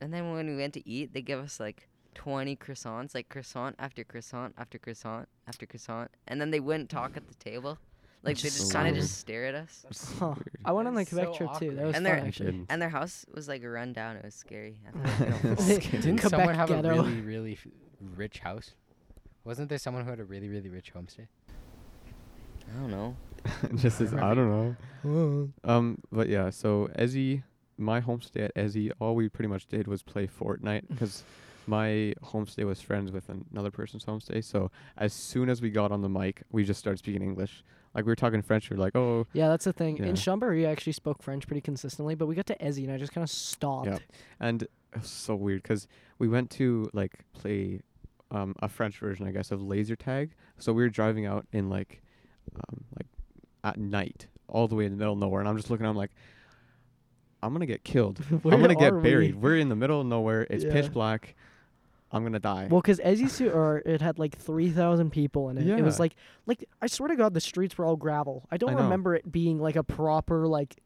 S3: and then when we went to eat, they give us like 20 croissants, like croissant after croissant after croissant after croissant, and then they wouldn't talk at the table. Like they
S2: Just
S3: just kind of
S1: so
S3: just stare at us.
S2: Huh. I went on the
S4: That's
S2: Quebec
S4: so
S2: trip too. That
S4: awkward.
S2: was
S3: And
S2: fun
S3: they're-
S2: actually.
S3: And their house was like run down. It was scary. I thought it was awful.
S1: That's
S2: Didn't
S1: scary.
S4: Didn't
S2: Quebec
S4: someone have
S2: ghetto.
S4: a really, really f- rich house? Wasn't there someone who had a really, really rich homestay?
S3: I don't know.
S1: Just as, I don't know. Um, but yeah, so Ezzy, my homestay at Ezzy, all we pretty much did was play Fortnite because my homestay was friends with an- another person's homestay. So as soon as we got on the mic, we just started speaking English. Like we were talking French, we were like, oh,
S2: Yeah, that's the thing.
S1: Yeah.
S2: In Chambéry, we actually spoke French pretty consistently, but we got to Ezzy and I just kind of stopped.
S1: Yeah. and it was so weird because we went to like play um, a French version, I guess, of laser tag. So we were driving out in like, um, like at night, all the way in the middle of nowhere, and I'm just looking. I'm like, I'm gonna get killed.
S2: Where
S1: I'm gonna
S2: are
S1: get
S2: we?
S1: buried. We're in the middle of nowhere. It's
S2: Yeah.
S1: pitch black. I'm gonna die.
S2: Well, because Ezzy Su- or it had like three thousand people in it. It was
S1: Yeah.
S2: like, like I swear to God, the streets were all gravel. I don't
S1: I know.
S2: remember it being like a proper like,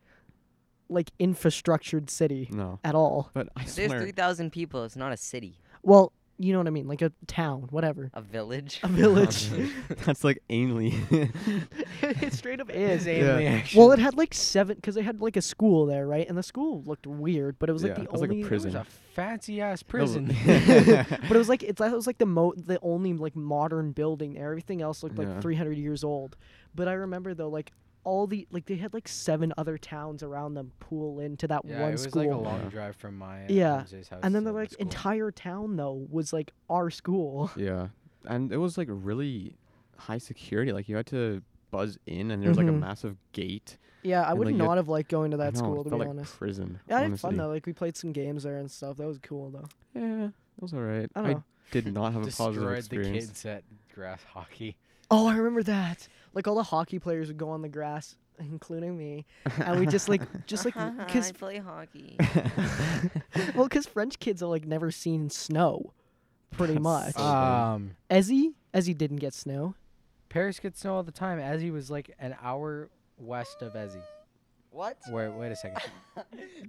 S2: like infrastructured city
S1: no,
S2: at all.
S1: but I
S3: There's
S1: swear.
S3: 3,000 people. It's not a city,
S2: Well, you know what I mean, like a town, whatever,
S3: a village.
S2: a village.
S1: That's like Ainley.
S2: it straight up is.
S1: Yeah.
S4: Ainley action.
S2: Well, it had like seven because they had like a school there, right? And the school looked weird, but it was like the
S1: Yeah, it was like a
S2: only.
S4: It was
S1: prison.
S4: a fancy ass
S1: That was-
S4: prison.
S2: But it was like it's it was like the mo the only like modern building there. Everything else looked like
S1: Yeah.
S2: 300 years old. But I remember though like all the like they had like seven other towns around them pool into that
S4: yeah,
S2: one
S4: it was
S2: school.
S4: like a long
S1: Yeah.
S4: drive from my uh,
S2: Yeah.
S4: Jose's house.
S2: and then
S4: to
S2: the
S4: my
S2: like
S4: school.
S2: entire town though was like our school.
S1: Yeah. And it was like really high security. Like you had to buzz in and there was like
S2: Mhm.
S1: a massive gate.
S2: Yeah, I
S1: And,
S2: would
S1: like, you-
S2: not have liked going to
S1: I
S2: that
S1: know,
S2: school
S1: it
S2: to be
S1: felt like
S2: honest.
S1: Prison.
S2: Yeah, I had fun
S1: honestly.
S2: though. Like we played some games there and stuff. That was cool though.
S1: Yeah. It was alright.
S2: I
S1: I,
S2: don't know.
S1: did not have a positive
S4: destroyed the
S1: experience.
S4: kids at grass hockey.
S2: Oh, I remember that. Like all the hockey players would go on the grass, including me, and we just like just like because
S3: Uh-huh, I play hockey.
S2: well, because French kids are like never seen snow, pretty
S1: That's
S2: much.
S1: so- bad.
S4: Um,
S2: Ezzy, Ezzy didn't get snow.
S4: Paris gets snow all the time. Ezzy was like an hour west of Ezzy.
S3: what?
S4: Wait, wait a second.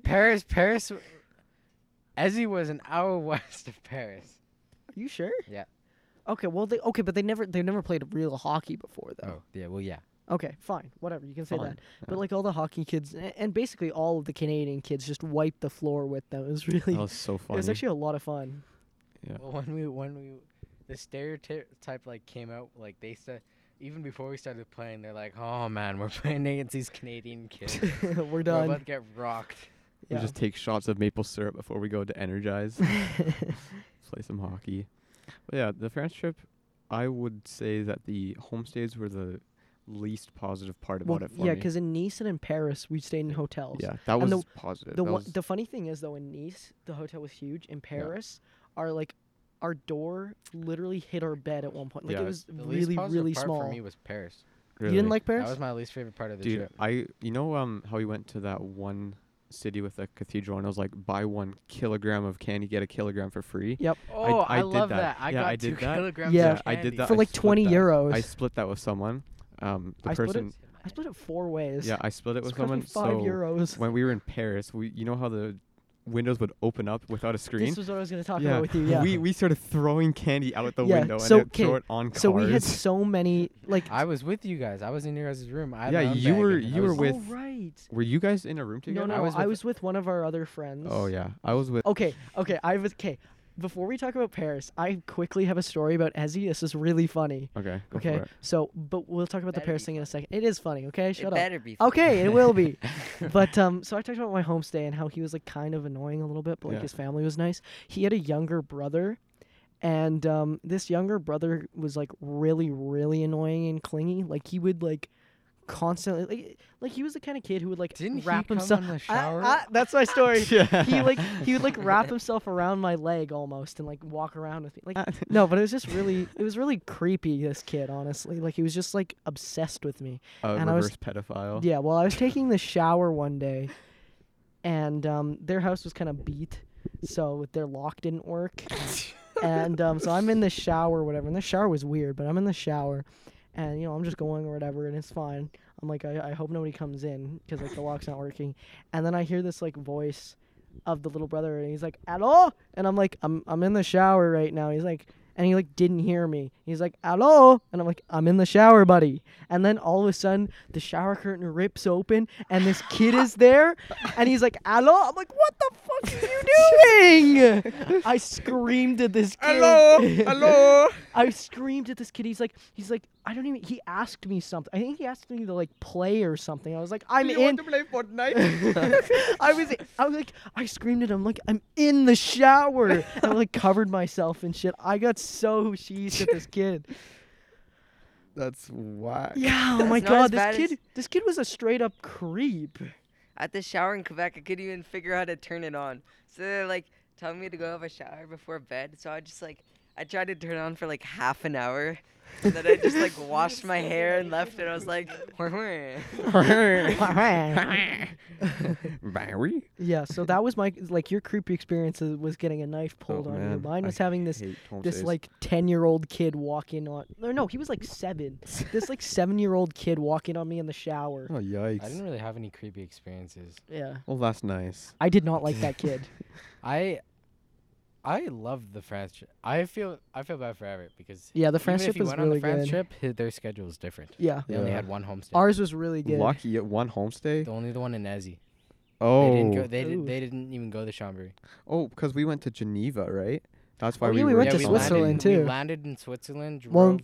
S4: Paris, Paris. w- Ezzy was an hour west of Paris.
S2: Are you sure?
S4: Yeah.
S2: Okay, well they okay, but they never they never played real hockey before
S1: Oh.
S2: though.
S4: Oh, yeah, well, yeah.
S2: Okay, fine, whatever you can say
S1: Fine,
S2: that. But like all the hockey kids a- and basically all of the Canadian kids just wiped the floor with them. It was really
S1: That was so
S2: it
S1: funny.
S2: was actually a lot of fun.
S1: Yeah.
S4: Well, when we when we the stereotype like came out like they said even before we started playing they're like oh man we're playing against these Canadian kids
S2: We're
S4: we're
S2: done.
S4: about to get rocked
S1: We
S2: yeah.
S1: just take shots of maple syrup before we go to energize. play some hockey. But yeah, the France trip, I would say that the homestays were the least positive part about
S2: well,
S1: it for
S2: yeah,
S1: me.
S2: because in Nice and in Paris we stayed in hotels.
S1: Yeah, that was
S2: and the-
S1: positive.
S2: The
S1: That
S2: one,
S1: was-
S2: the funny thing is though, in Nice, the hotel was huge. In Paris, our like our door literally hit our bed at one point. Like
S1: Yeah,
S2: it was
S4: the least
S2: really
S4: positive
S2: really
S4: part
S2: small.
S4: for me was Paris
S2: You
S1: really.
S2: didn't like Paris?
S4: that was my least favorite part of the
S1: Dude,
S4: trip
S1: I you know um how we went to that one city with a cathedral and I was like buy one kilogram of candy get a kilogram for free.
S4: oh I,
S1: I did
S4: love
S1: that.
S4: that, I
S1: Yeah,
S4: got
S1: I did
S4: two
S1: that.
S4: kilograms
S2: Yeah.
S4: of
S1: I did
S4: candy.
S1: that
S2: For
S1: I
S2: like
S1: split
S2: 20
S1: that.
S2: euros.
S1: I split that with someone. Um the
S2: I split it?
S1: person
S2: I split it four ways.
S1: yeah, I split it
S2: It's
S1: with
S2: cost me
S1: someone.
S2: five
S1: so
S2: euros.
S1: when we were in Paris, we you know how the windows would open up without a screen?
S2: This was what I was gonna talk
S1: yeah.
S2: about with you. Yeah.
S1: We we started throwing candy out the
S2: Yeah,
S1: window
S2: so,
S1: and then throw
S2: 'kay,
S1: it on cars.
S2: so we had so many like.
S4: I was with you guys I was in your guys' room I had
S1: Yeah,
S4: my own
S1: you
S4: bag
S1: were-
S4: and I
S1: you were
S4: was-
S1: with-
S2: Oh right.
S1: were you guys in a room
S2: No,
S1: together?
S2: no,
S4: I was
S2: I
S4: with-
S2: was with one of our other friends.
S1: Oh yeah. I was with
S2: Okay, okay. I was okay. Before we talk about Paris, I quickly have a story about Ezzy. This is really funny.
S1: Okay. go for
S2: Okay,
S1: it.
S2: so but we'll talk about the
S3: Better
S2: Paris
S3: be
S2: thing in a second. It is funny. Okay, shut
S3: it
S2: up.
S3: better be.
S2: Okay, it will be. but um, so I talked about my homestay and how he was like kind of annoying a little bit, but like
S1: Yeah.
S2: his family was nice. He had a younger brother, and um, this younger brother was like really, really annoying and clingy. Like he would like constantly like like he was the kind of kid who would like
S4: didn't
S2: wrap
S4: he come
S2: himself.
S4: in the
S2: Ah,
S4: shower
S2: ah, that's my story.
S1: Yeah.
S2: He like he would like wrap himself around my leg almost and like walk around with me. Like no, but it was just really it was really creepy this kid honestly. Like he was just like obsessed with me.
S1: a
S2: and I was-
S1: reverse pedophile.
S2: Yeah, well, I was taking the shower one day, and um, their house was kind of beat, so their lock didn't work. and um, so I'm in the shower, whatever. And the shower was weird, but I'm in the shower, and you know I'm just going or whatever, and it's fine. I'm like, I, I hope nobody comes in because like the lock's not working. And then I hear this like voice of the little brother, and he's like, "Hello," and I'm like, "I'm I'm in the shower right now." He's like. And he like didn't hear me. He's like, "Hello," and I'm like, "I'm in the shower, buddy." And then all of a sudden, the shower curtain rips open, and this kid is there, and he's like, "Hello!" I'm like, "What the fuck are you doing?" I screamed at this kid.
S1: hello.
S2: I screamed at this kid. He's like, he's like, I don't even. He asked me something. I think he asked me to like play or something. I was like, I'm in.
S1: play Fortnite?
S2: I was, I was like, I screamed at him like, I'm in the shower. And I like covered myself and shit. I got so sheesh at this kid.
S1: That's whack.
S2: Yeah. Oh my
S3: That's not
S2: God.
S3: as
S2: This
S3: bad as-
S2: kid. This kid was a straight up creep.
S3: At the shower in Quebec, I couldn't even figure out how to turn it on. So they're like telling me to go have a shower before bed. So I just like I tried to turn it on for like half an hour, and then I just like washed my hair and left. And I was like,
S1: Barry?
S2: yeah. So that was my like your creepy experience uh, was getting a knife
S3: Oh,
S2: pulled on you.
S1: man,
S2: Mine
S1: I
S2: was having this
S1: hate Tom's
S2: this
S1: face.
S2: like 10 year old kid walk in on no no he was like seven this like seven year old kid walking on me in the shower
S1: Oh
S4: I didn't
S1: yikes!
S4: really have any creepy experiences.
S2: yeah
S1: Well, that's nice.
S2: i did not like that kid
S4: I I loved the France trip. I feel I feel bad for Everett because
S2: yeah the
S4: even
S2: friendship
S4: if he
S2: was
S4: went on
S2: really
S4: the France
S2: good
S4: trip, hi- their schedule was different.
S2: yeah
S4: They only
S1: Yeah.
S4: had one homestay.
S2: ours was really good
S1: Lucky at one homestay.
S4: the only the one in Nezzy.
S1: Oh,
S4: They didn't go. They,
S2: Ooh.
S4: did, they didn't even go to Chambéry.
S1: oh, because we went to Geneva, right? That's why
S2: Oh,
S1: we,
S2: yeah, we
S1: were
S2: went
S1: in
S2: to
S1: Milan.
S2: Switzerland,
S4: landed,
S2: too.
S4: We landed in Switzerland. Drove.
S2: Well-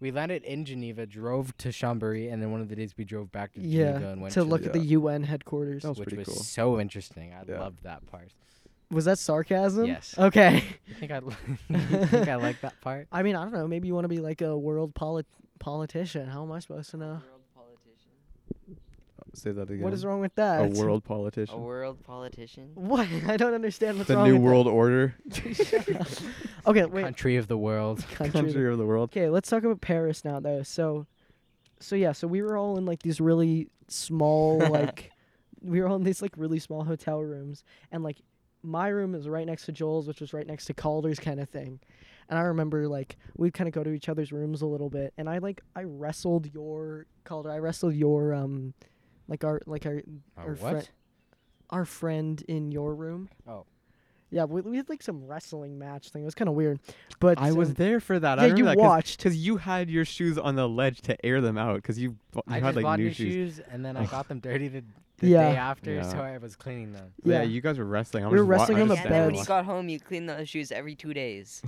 S4: we landed in Geneva, drove to Chambéry, and then one of the days we drove back to Geneva
S2: yeah
S4: and went
S2: to
S4: to,
S2: look
S4: the-
S2: at the
S1: uh,
S2: un headquarters
S1: That was
S4: which
S1: pretty
S4: was
S1: cool.
S4: so interesting. I
S1: Yeah.
S4: loved that part.
S2: was that sarcasm
S4: Yes.
S2: okay
S4: You think I, you think I like that part?
S2: i mean i don't know maybe you want to be like a world polit- politician how am i supposed to know
S1: Say that again.
S2: what is wrong with that
S1: A world
S3: A
S1: politician.
S3: world politician.
S2: what i don't understand what's
S1: The
S2: wrong
S1: new
S2: with that.
S1: world order.
S2: okay wait
S4: Country of the world.
S2: country
S1: Country of the world.
S2: Okay, let's talk about Paris now though. So so yeah, so we were all in like these really small like we were all in these like really small hotel rooms and like my room is right next to Joel's, which was right next to Calder's kind of thing. And I remember like we'd kind of go to each other's rooms a little bit and I like I wrestled your Calder, I wrestled your um like our like our
S4: Or
S2: Or
S4: Oh, what?
S2: Fre- our friend in your room.
S4: Oh.
S2: Yeah, we, we had like some wrestling match thing. It was kind of weird. But
S1: I was
S2: um,
S1: there for that.
S2: yeah,
S1: I remember
S2: you
S1: that 'cause-
S2: watched.
S1: Cause you had your shoes on the ledge to air them out, cause you, bu- you
S4: I
S1: had
S4: just
S1: like
S4: bought
S1: new
S4: new
S1: shoes.
S4: shoes, and then I
S1: Ugh.
S4: got them dirty the, the
S2: Yeah.
S4: day after,
S1: Yeah.
S4: so I was cleaning them.
S1: Yeah, you guys were wrestling. I'm
S2: We were
S1: just wa-
S2: wrestling
S1: I
S2: on the
S1: just
S3: and then
S1: standing
S3: when you
S1: there
S3: got home, you cleaned those shoes every two days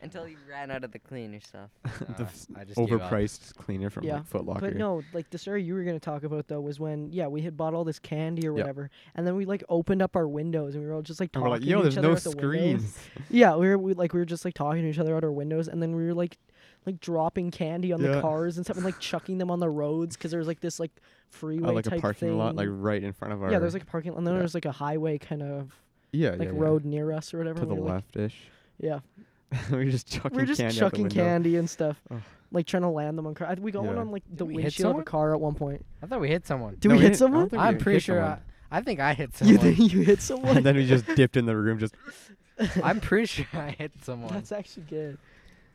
S3: until you ran out of the cleaner stuff.
S1: watching the
S4: Uh,
S1: f-
S4: I just gave up.
S1: overpriced cleaner from
S2: Yeah,
S1: like Foot Locker.
S2: But no, like the story you were gonna talk about though was when yeah we had bought all this candy or
S1: Yep.
S2: whatever, and then we like opened up our windows and we were all just like talking
S1: and we're like, yo,
S2: to each
S1: there's
S2: other
S1: no
S2: out the windows.
S1: screens.
S2: Yeah, we were we, like we were just like talking to each other out our windows, and then we were like like dropping candy on the
S1: Yeah.
S2: cars and stuff, and like chucking them on the roads because there was like this like freeway
S1: At like a
S2: type
S1: parking
S2: thing.
S1: lot, like right in front of our.
S2: yeah, there was like a parking lot, and then
S1: Yeah.
S2: there was like a highway kind of
S1: yeah,
S2: like
S1: yeah, yeah.
S2: road near us or whatever.
S1: to
S2: and
S1: the
S2: we were, like-
S1: left ish.
S2: yeah,
S1: we were just chucking.
S2: we were just
S1: candy out the
S2: chucking
S1: window.
S2: candy and stuff,
S1: Ugh.
S2: like trying to land them on cars. We got one
S1: Yeah.
S2: on like the
S4: we hit
S2: windshield of a
S4: someone?
S2: car at one point.
S4: I thought we hit someone.
S2: Did
S1: No,
S2: we
S1: we
S2: hit
S1: didn't- I don't
S2: someone?
S1: think we
S4: I'm
S1: hit
S4: pretty sure. I,
S1: someone.
S4: I think I hit
S2: You
S4: someone.
S2: think you hit someone?
S1: and then we just dipped in the room. Just
S4: I'm pretty sure I hit someone.
S2: That's actually good.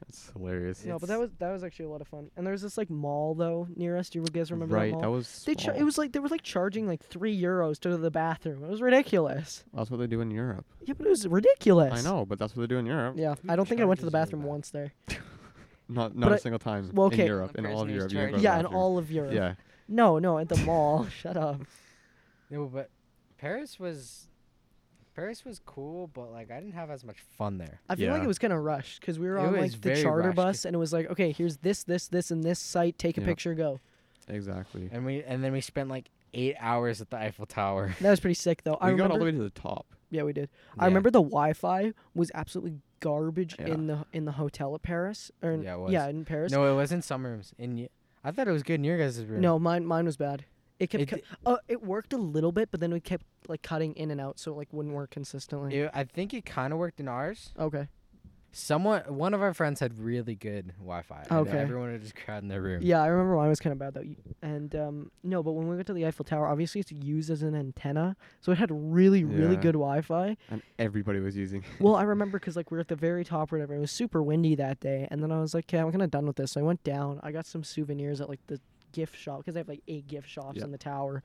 S1: it's hilarious.
S2: No, but that
S4: It's-
S2: was that was actually a lot of fun. And there was this like mall though near us. Do you guys remember
S1: right.
S2: that
S1: That
S2: mall?
S1: was.
S2: they
S1: Small.
S2: char- it was like they were like charging like three euros to go to the bathroom. It was ridiculous.
S1: That's what they do in Europe.
S2: Yeah, but it was ridiculous.
S1: I know, but that's what they do in Europe.
S2: Yeah,
S4: Who
S2: I don't think I went to the
S4: charges you
S2: bathroom
S4: that?
S2: once there.
S1: Not not
S2: But
S1: a
S2: I-
S1: single time
S2: well, okay.
S1: in Europe.
S3: The
S1: In all of
S3: person who's
S1: Europe. you didn't go to the
S3: charged.
S2: Yeah, in
S1: bathroom.
S2: all of Europe.
S1: Yeah.
S2: No, no, at the mall. Shut up.
S4: No, but Paris was Paris was cool, but like I didn't have as much fun there.
S2: I feel like
S1: Yeah.
S2: it was kind of rushed because we were
S4: It
S2: on
S4: was
S2: like the
S4: very
S2: charter
S4: rushed.
S2: bus and it was like, okay, here's this, this, this, and this site. Take a
S1: Yeah.
S2: picture, go.
S1: Exactly.
S4: And we and then we spent like eight hours at the Eiffel Tower.
S2: That was pretty sick though. I
S1: we
S2: remember.
S1: got all the way to the top.
S2: yeah, we did. I
S4: Yeah.
S2: remember the Wi-Fi was absolutely garbage
S1: Yeah.
S2: in the in the hotel at Paris or in,
S4: Yeah,
S2: yeah,
S4: it was.
S2: in Paris. No,
S4: No, it wasn't some rooms. In y- I thought it was good in your guys' room.
S2: mine mine was bad. It kept
S4: It
S2: cu-
S4: di-
S2: uh, it worked a little bit, but then we kept like cutting in and out, so it like wouldn't work consistently.
S4: It- I think it kind of worked in ours.
S2: okay,
S4: Someone, one of our friends had really good Wi-Fi. and
S2: Okay.
S4: Everyone would just crowd in their room.
S2: yeah, I remember mine was kind of bad though. Y- And um, no, but when we went to the Eiffel Tower, obviously it's used as an antenna, so it had really really
S1: Yeah.
S2: good Wi-Fi.
S1: And everybody was using.
S2: Well, I remember because like we were at the very top or whatever. It was super windy that day, and then I was like, okay, I'm kind of done with this. So I went down. I got some souvenirs at like the gift shop because they have like eight gift shops
S1: Yeah.
S2: in the tower,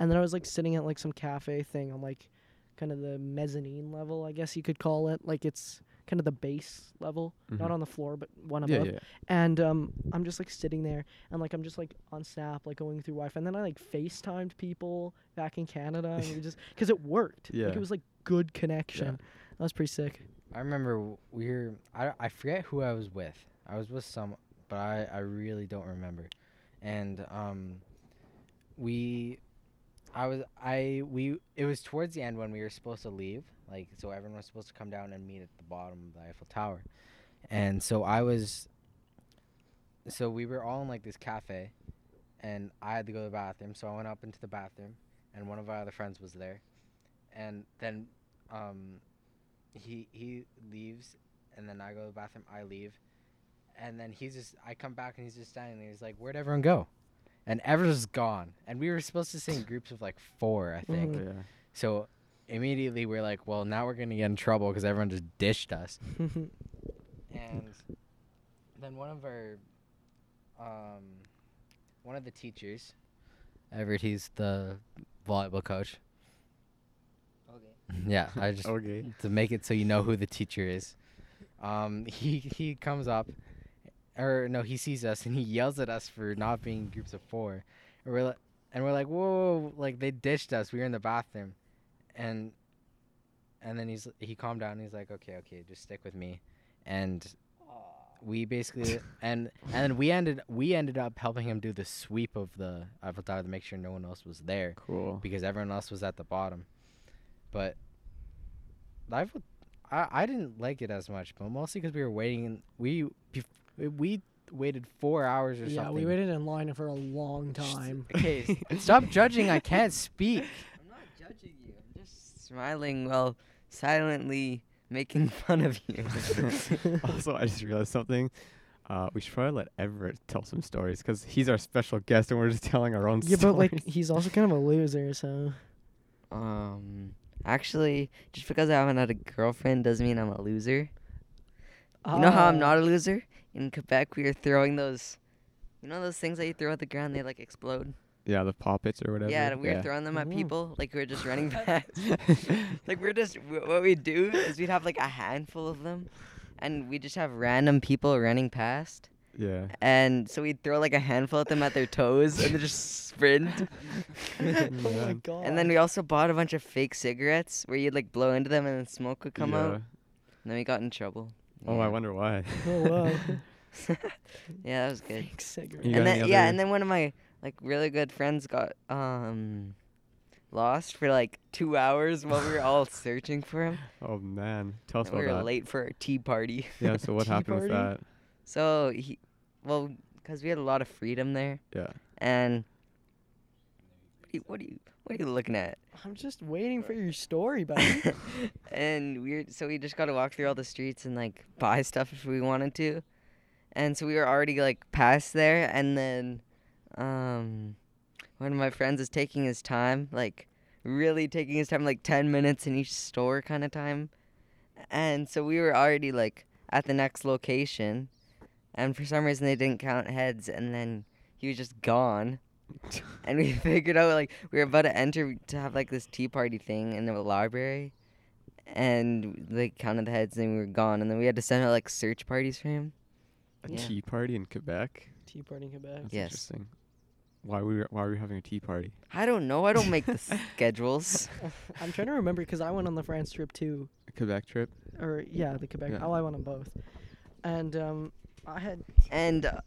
S2: and then I was like sitting at like some cafe thing on like kind of the mezzanine level, I guess you could call it. Like it's kind of the base level, not
S1: Mhm.
S2: on the floor, but one above.
S1: Yeah, yeah.
S2: And um, I'm just like sitting there, and like I'm just like on Snap, like going through Wi-Fi, and then I like FaceTimed people back in Canada, and we just because it worked. like
S1: Yeah.
S2: it was like good connection. That was pretty sick.
S4: I remember w- we were. I I forget who I was with. I was with some, but I I really don't remember. And um, we, I was I we. It was towards the end when we were supposed to leave. Like so, everyone was supposed to come down and meet at the bottom of the Eiffel Tower. And so I was. so we were all in like this cafe, and I had to go to the bathroom, so I went up into the bathroom, and one of our other friends was there, and then um, he he leaves, and then I go to the bathroom, I leave, and then he's just I come back and he's just standing there. He's like, "Where'd everyone go?" And everyone's gone, and we were supposed to sit in groups of like four, I think.
S2: Mhm.
S1: Yeah.
S4: So immediately we're like, well, now we're gonna get in trouble because everyone just dished us. And then one of our, um, one of the teachers, Everett, he's the volleyball coach. Yeah, I just
S1: Okay.
S4: to make it so you know who the teacher is. Um, he he comes up, or no, he sees us and he yells at us for not being in groups of four, and we're like, and we're like, whoa, like they ditched us. We were in the bathroom, and and then he's he calmed down. he's like, okay, okay, just stick with me, and we basically and and then we ended we ended up helping him do the sweep of the Eiffel Tower to make sure no one else was there
S1: Cool.
S4: because everyone else was at the bottom. But I, would- I, I didn't like it as much, but mostly because we were waiting. and We bef- we waited four hours or
S2: yeah,
S4: something.
S2: we waited in line for a long time.
S4: Okay, s- stop judging. I can't speak.
S3: I'm not judging you. I'm just smiling while silently making fun of you.
S1: also, I just realized something. Uh, we should probably let Everett tell some stories because he's our special guest and we're just telling our own
S2: Yeah,
S1: stories.
S2: but like he's also kind of a loser, so
S3: um, actually, just because I haven't had a girlfriend doesn't mean I'm a loser. You know how I'm not a loser? In Quebec, we are throwing those, you know, those things that you throw at the ground, they like explode.
S1: yeah, the poppets or whatever.
S3: Yeah, we were throwing them at
S2: Mhm.
S3: people like we were just running past. like we're just wh- what we do is we'd have like a handful of them, and we just have random people running past,
S1: yeah.
S3: and so we'd throw like a handful at them at their toes, and they just sprint.
S2: Oh my
S1: Man.
S2: god.
S3: And then we also bought a bunch of fake cigarettes where you'd like blow into them and then smoke would come out.
S1: Yeah.
S3: And then we got in trouble.
S1: Oh, I
S3: Yeah.
S1: wonder why.
S2: Oh wow.
S3: Yeah, that was good.
S2: Fake cigarette.
S1: You got
S3: and then
S1: any
S3: yeah,
S1: other-
S3: and then one of my like really good friends got um lost for like two hours while we were all searching for him.
S1: Oh man, tell us
S3: And we
S1: about
S3: were
S1: that.
S3: late for our tea party.
S1: Yeah. So what
S2: Tea
S1: happened with that?
S2: party?
S3: So he, well, because we had a lot of freedom there,
S1: Yeah.
S3: and what are you, what are you, what are you looking at?
S2: I'm just waiting for your story, buddy.
S3: and we were, so we just got to walk through all the streets and like buy stuff if we wanted to, and so we were already like past there, and then, um, one of my friends is taking his time, like really taking his time, like ten minutes in each store kind of time, and so we were already like at the next location, and for some reason they didn't count heads, and then he was just gone. and we figured out like we were about to enter to have like this tea party thing in the library, and they counted the heads and we were gone, and then we had to send out like search parties for him.
S1: A
S3: Yeah.
S1: tea party in Quebec.
S2: Tea party in Quebec.
S1: That's
S3: Yes.
S1: interesting. Why we were- why are we having a tea party?
S3: I don't know. I don't make the schedules.
S2: I'm trying to remember because I went on the France trip too,
S1: A Quebec trip.
S2: or yeah, the Quebec.
S1: Yeah.
S2: Oh, I went on both, and um, I had
S3: And uh,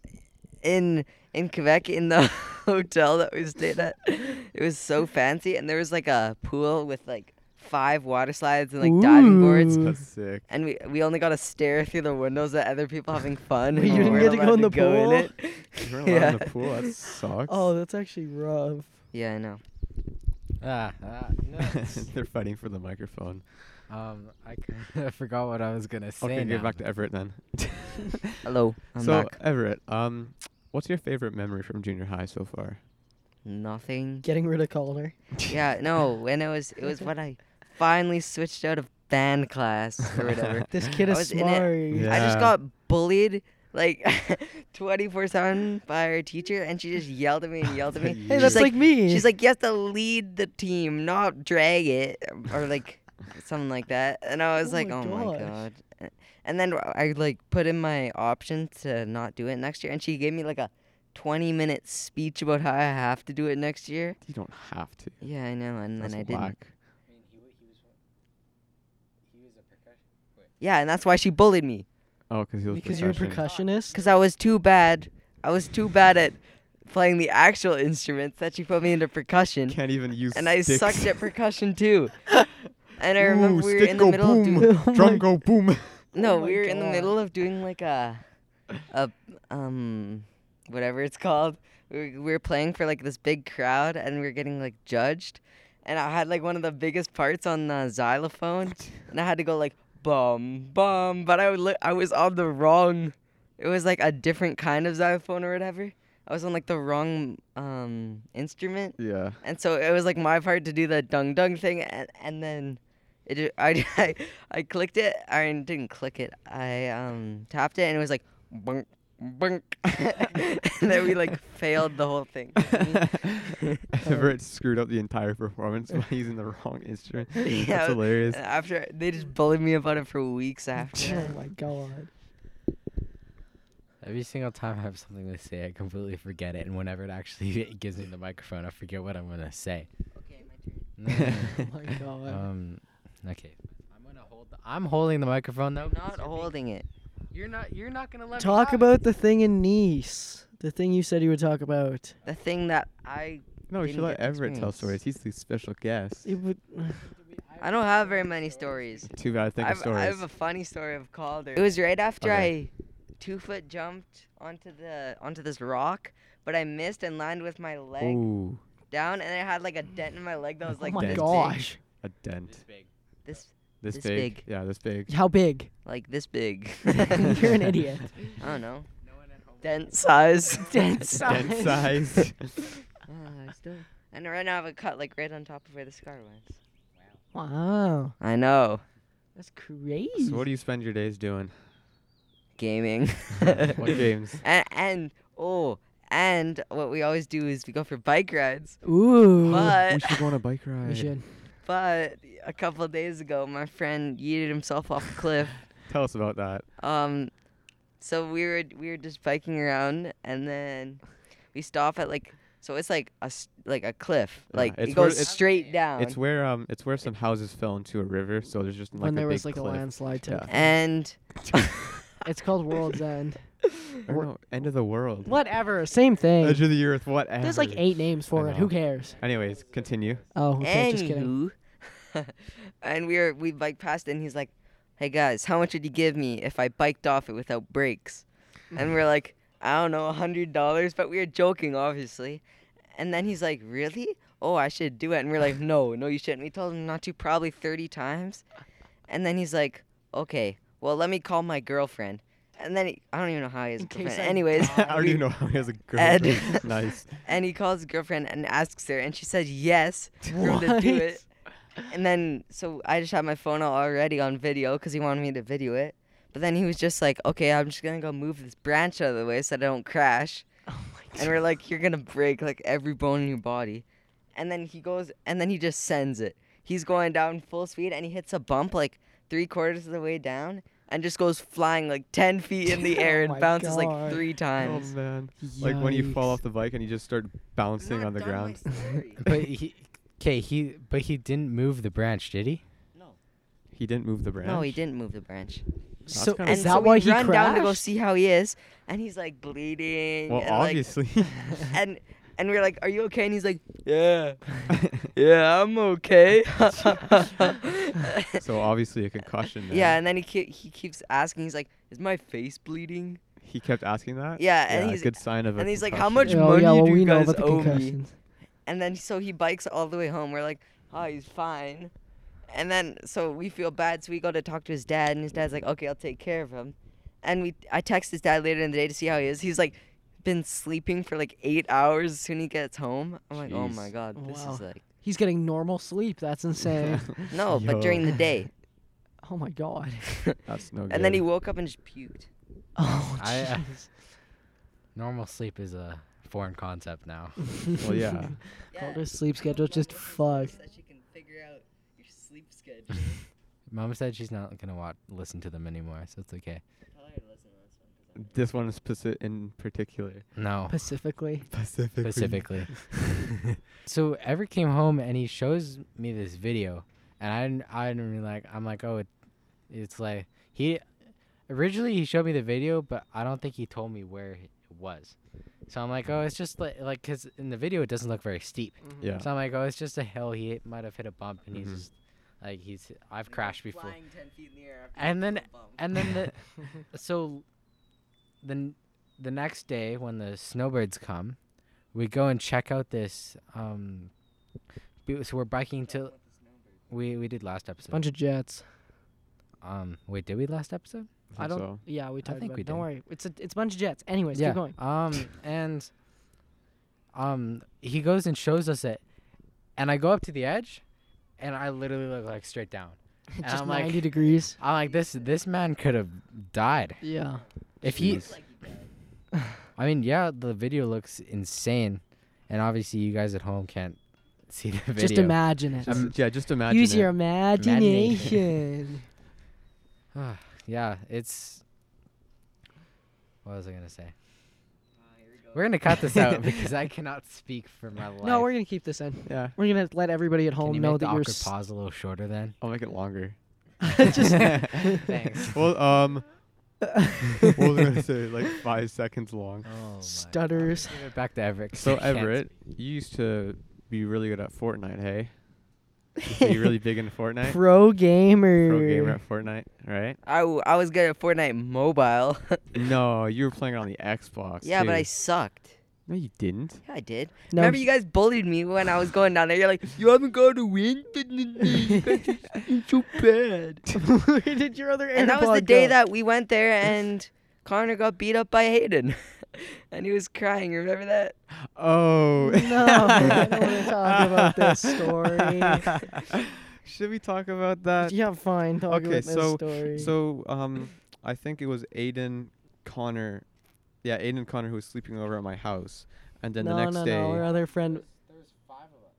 S3: in in Quebec, in the hotel that we stayed at, it was so fancy, and there was like a pool with like five water slides and like diving boards.
S1: That's sick.
S3: And we, we only got to stare through the windows at other people having fun. and
S2: you
S3: we
S2: didn't get
S3: weren't
S2: to go
S3: allowed
S2: in the pool.
S3: it.
S1: You weren't allowed in the pool. That sucks.
S2: Oh, that's actually rough.
S3: Yeah, I know.
S4: Ah, ah, nuts.
S1: They're fighting for the microphone.
S4: um, I kinda forgot what I was gonna say.
S1: okay,
S4: now.
S1: get back to Everett then.
S3: Hello, I'm
S1: so
S3: back.
S1: Everett, um, what's your favorite memory from junior high so far?
S3: Nothing.
S2: Getting rid of Calder.
S3: Yeah, no. When it was, it was when I finally switched out of band class or whatever.
S2: This kid
S3: I
S2: is
S3: was in it.
S2: smart.
S1: Yeah.
S3: I just got bullied like 24 seven by our teacher, and she just yelled at me and yelled at me.
S1: Hey,
S2: Hey,
S3: She's
S2: that's like, me.
S3: she's like, you have to lead the team, not drag it, or like something like that. And I was
S2: Oh
S3: like,
S2: my
S3: oh my
S2: gosh.
S3: god. A- And then I like put in my option to not do it next year, and she gave me like a 20 minute speech about how I have to do it next year.
S1: You don't have to.
S3: Yeah, I know, and
S1: That's
S3: then I didn't.
S1: whack.
S4: I mean, he, wa- he was. He was a percussion.
S3: Yeah, and that's why she bullied me.
S1: Oh, because he was
S2: because you're a
S1: percussion.
S2: percussionist.
S3: Because I was too bad. I was too bad at playing the actual instruments that she put me into percussion.
S1: Can't even use.
S3: And I
S1: sticks.
S3: sucked at percussion too. And I
S1: Ooh,
S3: remember we were
S1: stick
S3: in the
S1: go
S3: middle of
S1: boom.
S3: doing
S2: Oh my
S1: Drum go boom.
S3: No,
S2: my
S3: we were in the
S2: God.
S3: middle of doing like a a um whatever it's called. We were, we were playing for like this big crowd and we were getting like judged. And I had like one of the biggest parts on the xylophone and I had to go like bum bum, but I would li- I was on the wrong it was like a different kind of xylophone or whatever. I was on like the wrong um instrument.
S1: Yeah.
S3: And so it was like my part to do the dung dung thing, and, and then it ju- I, I I clicked it. I didn't click it. I um tapped it, and it was like bunk bunk, and then we like failed the whole thing.
S1: Everett screwed up the entire performance by using the wrong instrument.
S3: Yeah, Uh,
S1: That's hilarious.
S3: And after they just bullied me about it for weeks after.
S2: oh my god.
S4: Every single time I have something to say, I completely forget it, and whenever it actually gives me the microphone, I forget what I'm gonna say.
S3: okay, my turn.
S2: Oh my god.
S4: um, okay. I'm gonna hold. The, I'm holding the microphone though.
S3: Not holding it.
S4: You're not. You're not gonna let
S2: Talk about the thing in Nice. The thing you said you would talk about.
S3: The thing that I
S1: No, we
S3: Didn't
S1: should let
S3: get the
S1: Everett tell
S3: experience.
S1: stories. He's the special guest.
S2: It would. oh
S3: I don't have very many stories.
S1: Too bad I think of
S3: I've, I
S1: stories.
S3: have a funny story of Calder. It was right after
S1: Okay.
S3: I two foot jumped onto the onto this rock, but I missed and landed with my leg
S1: Ooh,
S3: down, and I had like a dent in my leg that was like
S2: oh my
S3: this
S1: dancing.
S2: gosh.
S1: a dent.
S4: big.
S3: big, this
S1: This,
S3: This
S1: big.
S3: big.
S1: Yeah, this big.
S2: How big?
S3: like this big.
S2: You're an idiot.
S3: I don't know.
S4: No one at home.
S3: Dent size.
S2: Dent
S1: Dent
S2: size.
S1: size.
S3: Ah, I still. And right now I have a cut like right on top of where the scar was.
S2: Wow.
S3: I know.
S2: That's crazy.
S1: so what do you spend your days doing?
S3: Gaming.
S1: What games?
S3: and, and oh, and what we always do is we go for bike rides.
S2: Ooh.
S1: we
S3: But
S1: should go on a bike ride.
S2: we should.
S3: But a couple of days ago, my friend yeeted himself off a cliff.
S1: Tell us about that.
S3: Um, so we were we were just biking around, and then we stop at like so it's like a s- like a cliff,
S1: Yeah,
S3: like
S1: it's
S3: it
S1: where-
S3: goes
S1: it's-
S3: straight down.
S1: It's where um, it's where some houses fell into a river, so there's just like
S2: when
S1: a
S2: there
S1: big
S2: was like
S1: cliff.
S2: a landslide. Type.
S1: Yeah.
S3: and
S2: It's called World's End.
S1: Or no, end of the world.
S2: Whatever. Same thing.
S1: Edge of the earth. Whatever.
S2: There's like eight names for
S1: I
S2: it. Who
S1: know.
S2: cares?
S1: Anyways, continue.
S2: Oh, okay. Just kidding.
S3: anywho, and we were we biked past, it and he's like, "Hey guys, how much would you give me if I biked off it without brakes?" And we're like, "I don't know, a hundred dollars," but we were joking, obviously. And then he's like, "Really? Oh, I should do it." And we're like, "No, no, you shouldn't." We told him not to probably thirty times, and then he's like, "Okay, well, let me call my girlfriend." And then he, I don't even know how he has a
S2: In case
S3: girlfriend.
S2: I
S3: Anyways,
S1: I already
S3: we-
S1: know how he has a girl.
S3: Ed.
S1: nice.
S3: and he calls his girlfriend and asks her, and she says yes for him to
S2: What?
S3: do it. And then, so I just had my phone out already on video because he wanted me to video it. But then he was just like, okay, I'm just going to go move this branch out of the way so that I don't crash.
S2: Oh my
S3: And we're like, you're going to break like every bone in your body. And then he goes, and then he just sends it. He's going down full speed and he hits a bump like three quarters of the way down and just goes flying like 10 feet in the air
S2: Oh
S3: and
S2: my
S3: bounces
S2: God.
S3: like three
S1: Oh
S3: times.
S1: man. Like when you fall
S2: Yikes.
S1: off the bike and you just start bouncing on the ground.
S4: but he. Okay, he. But he didn't move the branch, did he?
S1: He didn't move the branch.
S3: No, he didn't move the branch.
S2: So
S1: kinda
S2: is
S3: and
S2: that
S3: so
S2: why
S3: we
S2: he
S3: run
S2: crashed?
S3: down to go see how he is, and he's like bleeding.
S1: Well,
S3: and, like-
S1: obviously.
S3: and and we're like, "Are you okay?" And he's like, "Yeah, yeah, I'm okay."
S1: so obviously a concussion. Then.
S3: yeah, and then he ke- he keeps asking. He's like, "Is my face bleeding?"
S1: He kept asking that.
S3: Yeah, and
S1: a
S3: he's-
S1: good sign of. a
S3: and he's like, "How
S1: concussion.
S3: much
S2: oh,
S3: money
S2: yeah, well,
S3: do
S2: we
S3: you
S2: know
S3: guys
S2: about the
S3: owe me?
S2: concussions.
S3: And then so he bikes all the way home. We're like, "Oh, he's fine." And then so we feel bad, so we go to talk to his dad, and his dad's like, "Okay, I'll take care of him." And we I text his dad later in the day to see how he is. He's like been sleeping for like eight hours as soon as he gets home. I'm like, "Oh
S1: Jeez.
S3: my god, this
S2: Wow.
S3: is like
S2: He's getting normal sleep. That's insane.
S3: no," but
S1: Yo.
S3: during the day.
S2: oh my god.
S1: That's no good.
S3: And then he woke up and just puked.
S2: Oh
S4: I, uh,
S2: jeez.
S4: Normal sleep is a foreign concept now.
S1: Well, yeah.
S2: Calder's sleep schedule just fucked.
S4: Mom said she's not gonna watch, listen to them anymore, so it's okay.
S1: This one is speci- in particular.
S4: No,
S2: Specifically.
S1: Pacific.
S4: specifically. so Everett came home and he shows me this video, and I didn't, I didn't really like. I'm like, oh, it, it's like he. Originally, he showed me the video, but I don't think he told me where it was. So I'm like, oh, it's just like, like, cause in the video it doesn't look very steep.
S3: Mm-hmm.
S1: Yeah.
S4: So I'm like, oh, it's just a hill. He hit- might have hit a bump, and he's
S2: Mm-hmm.
S1: Mhm.
S4: just like, he's I've crashed before. And then, and then the, so then the next day when the snowbirds come, we go and check out this. Um, be- so we're biking to. We we did last episode.
S2: Bunch of jets.
S4: um, wait, did we last episode?
S1: I,
S2: I
S1: think
S2: don't-
S1: So.
S2: Yeah, we talked
S4: think
S2: about
S4: we
S2: it. Don't
S4: did.
S2: worry. It's a it's a bunch of jets. Anyways, keep going.
S4: Um, and um, he goes and shows us it, and I go up to the edge, and I literally look like straight down. And
S2: Just
S4: I'm like-
S2: 90 degrees.
S4: I'm like, this this man could have died
S2: Yeah.
S4: if he.
S1: Jeez.
S4: I mean, yeah, the video looks insane, and obviously you guys at home can't see the video.
S2: Just imagine it.
S1: Just,
S4: Um,
S1: yeah, just imagine.
S2: Use
S1: it.
S2: your
S4: Imagination.
S2: imagination.
S4: yeah, it's. What was I gonna say? We're gonna cut this out because I cannot speak for my life.
S2: no, we're gonna keep this in.
S1: yeah,
S2: We're gonna let everybody at
S4: Can
S2: home
S4: you
S2: know
S4: make the
S2: that you're.
S4: awkward pause a little shorter then?
S1: I'll make it longer.
S2: just
S1: Oh
S4: Thanks.
S1: well, um, what was I gonna say? Like five seconds long.
S4: Oh my
S2: Stutters.
S4: Give it back to Everett.
S1: So
S4: I can't
S1: Everett, you used to be really good at Fortnite, hey? Used to be really big in Fortnite.
S2: Pro gamer.
S1: Pro gamer at Fortnite, right?
S3: I, w- I was good at Fortnite Mobile.
S1: No, you were playing it on the Xbox.
S3: yeah, but I
S1: too.
S3: sucked.
S1: no, you didn't.
S3: Yeah, I did.
S2: No,
S3: Remember,
S2: he-
S3: you guys bullied me when I was going down there. You're like, you haven't got to win. it's so bad.
S2: Where did your other
S3: And that was the
S2: AirPod
S3: day
S2: go?
S3: that we went there and Connor got beat up by Hayden. and he was crying. Remember that?
S1: Oh.
S2: No, I don't wanna talk about this story.
S1: Should we talk about that?
S2: Yeah, fine. Talk
S1: Okay,
S2: about
S1: so-
S2: this story.
S1: So, um, I think it was Aiden Connor. Yeah, Aiden Connor who was sleeping over at my house, and then
S2: no,
S1: the next
S2: no,
S1: day.
S2: no, our other friend.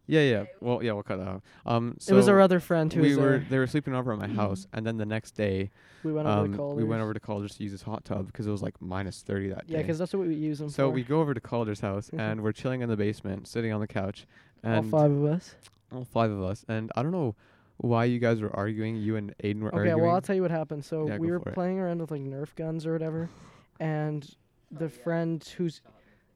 S1: Yeah, yeah. Well, yeah, we'll cut that out. Um, so
S2: it was our other friend who
S1: we
S2: was
S1: were
S2: there.
S1: they were sleeping over at my house, and then the next day,
S2: We Mm-hmm. went over
S1: um,
S2: to Calder's.
S1: we went over to Calder's to use his hot tub because it was like minus thirty that
S2: Yeah,
S1: day.
S2: because that's what we use them
S1: so
S2: for.
S1: we go over to Calder's house,
S2: Mhm.
S1: and we're chilling in the basement, sitting on the couch,
S2: all
S1: and
S2: five of us.
S1: all five of us. And I don't know why you guys were arguing. You and Aiden were
S2: Okay,
S1: arguing.
S2: well I'll tell you what happened. So
S1: Yeah,
S2: we
S1: go
S2: were
S1: for it.
S2: playing around with like Nerf guns or whatever, and the friend who's,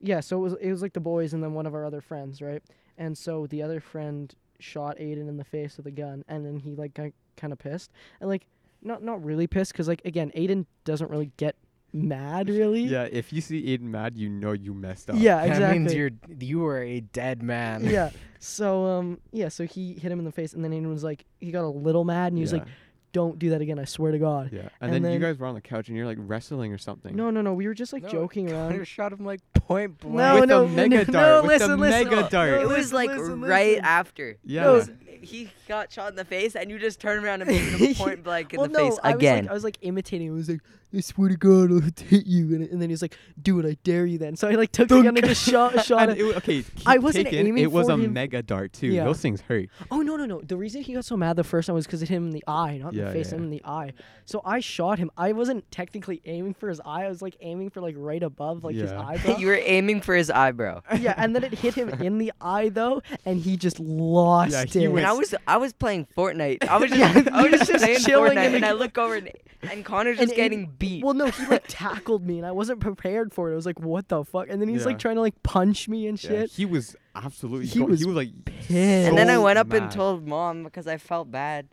S2: yeah, so it was it was like the boys and then one of our other friends, right? And so the other friend shot Aiden in the face with a gun, and then he like got kind of pissed and like not not really pissed because like again Aiden doesn't really get mad really.
S1: yeah, if you see Aiden mad, you know you messed up.
S2: Yeah,
S4: That
S2: exactly.
S4: means you're you are a dead man.
S2: yeah. So um yeah, so he hit him in the face and then Aiden was like he got a little mad and he was
S1: yeah,
S2: like, Don't do that again, I swear to God.
S1: yeah.
S2: and
S1: And, then, you
S2: then-
S1: guys were on the couch and you're like wrestling or something.
S2: No, no, no. We were just like
S4: No,
S2: joking around.
S4: shot him like point blank.
S2: No,
S1: with
S2: no,
S1: the mega
S2: no,
S1: dart.
S2: no,
S1: with the
S2: listen, listen. Oh,
S1: mega
S2: No,
S1: dart.
S3: it was
S2: listen,
S3: like
S2: listen,
S3: right
S2: listen.
S3: after.
S1: yeah.
S2: no,
S3: He got shot in the face, and you just turned around and hit him point blank in
S2: well,
S3: the
S2: no,
S3: face
S2: I Was
S3: again.
S2: like, I was like imitating. him. I was like, I swear to God, I'll hit you. And, and then he was like, do it, I dare you then. So I like took the gun and just shot, shot
S1: And
S2: it.
S1: it wa- okay,
S2: I
S1: keep
S2: wasn't
S1: taken,
S2: aiming
S1: It was
S2: for
S1: a
S2: him.
S1: mega dart too.
S2: Yeah.
S1: Those things hurt.
S2: Oh, no, no, no. The reason he got so mad the first time was because it hit him in the eye, not in
S1: Yeah,
S2: the face,
S1: yeah,
S2: him in the eye. So I shot him. I wasn't technically aiming for his eye. I was like aiming for like right above like his
S1: Yeah.
S2: eyebrow.
S3: you were aiming for his eyebrow.
S2: yeah, and then it hit him in the eye though, and he just lost
S1: Yeah, he
S2: it.
S1: went
S3: And I was I was playing Fortnite. I was just
S2: Yeah,
S3: I
S2: he was
S3: was just,
S2: just
S3: playing
S2: chilling in
S3: Fortnite,
S2: the-
S3: and I look over and, and Connor's
S2: And
S3: just
S2: in-
S3: getting beat.
S2: Well, no, he like tackled me, and I wasn't prepared for it. I was like, "What the fuck?" And then he's
S1: Yeah.
S2: like trying to like punch me and
S1: Yeah,
S2: shit.
S1: he was absolutely.
S2: He
S1: go-
S2: was
S1: he was like.
S2: pissed.
S3: and then I
S1: so
S3: went up and
S1: mad.
S3: told mom because I felt bad.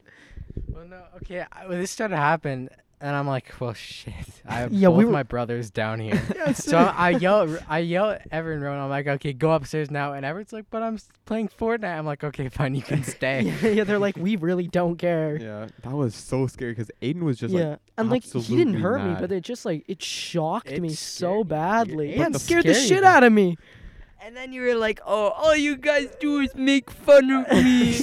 S4: Well, no, okay. I, well, this started to happen, and I'm like, well, shit. I have
S2: Yeah,
S4: both
S2: we were-
S4: my brothers down here.
S2: Yeah,
S4: so I yell, I yell at Everett and Rowan. I'm like, okay, go upstairs now. And Everett's like, but I'm s- playing Fortnite. I'm like, okay, fine, you can stay.
S2: yeah, yeah, they're like, "We really don't care."
S1: Yeah, that was so scary because Aiden was just
S2: yeah,
S1: like.
S2: and like he didn't
S1: absolutely
S2: hurt me,
S1: mad.
S2: but it just like it shocked
S4: It
S2: me
S4: scared
S2: so
S4: you.
S2: badly.
S4: But
S2: Yeah, it
S4: the
S2: scared the
S4: scary
S2: shit
S4: thing-
S2: out of me.
S3: And then you were like, "Oh, all you guys do is make fun of me."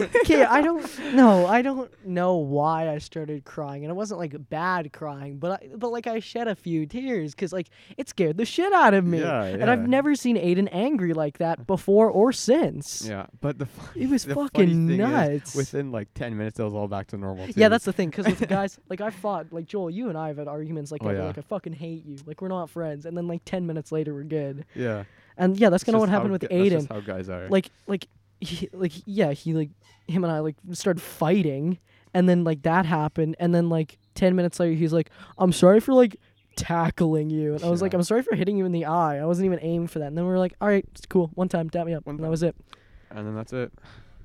S2: Okay, I don't know. I don't know why I started crying, and it wasn't like bad crying, but I, but like I shed a few tears because like it scared the shit out of me.
S1: Yeah,
S2: And I've
S1: yeah.
S2: never seen Aiden angry like that before or since.
S1: Yeah, but the. Funny,
S2: It was
S1: the
S2: fucking
S1: funny thing
S2: nuts.
S1: Is, within like ten minutes, it was all back to normal.
S2: Yeah,
S1: too.
S2: that's the thing. Because with the guys, like I fought, like Joel, you and I have had arguments, like,
S1: Oh,
S2: over,
S1: yeah.
S2: like I fucking hate you, like we're not friends, and then like ten minutes later we're good.
S1: Yeah.
S2: And yeah, that's
S1: It's
S2: kind of what
S1: just how
S2: happened with
S1: gu- That's
S2: Aiden.
S1: just how guys are.
S2: Like, like, he, like yeah, he like him and I like started fighting, and then like that happened, and then like ten minutes later he's like, I'm sorry for like tackling you, and I was like,
S1: Yeah.
S2: I'm sorry for hitting you in the eye. I wasn't even aiming for that. And then we were like, all right, it's cool. One time, tap me up,
S1: One
S2: and that
S1: time.
S2: was it.
S1: and then that's it.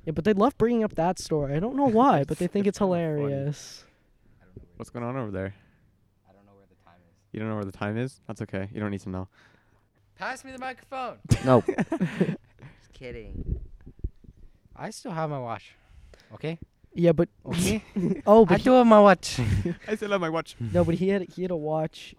S2: Yeah, but they love bringing up that story. I don't know why, but
S1: It's-
S2: they think it's
S1: it's kinda funny.
S2: hilarious.
S1: What's going on over there?
S4: I don't know where the time is.
S1: You don't know where the time is? That's okay. You don't need to know.
S4: Pass me the microphone.
S3: No. Just kidding.
S4: I still have my watch. Okay.
S2: Yeah, but
S4: Okay.
S2: oh,
S4: I
S2: but he,
S4: do have my watch.
S1: I still have my watch.
S2: no, but he had he had a watch.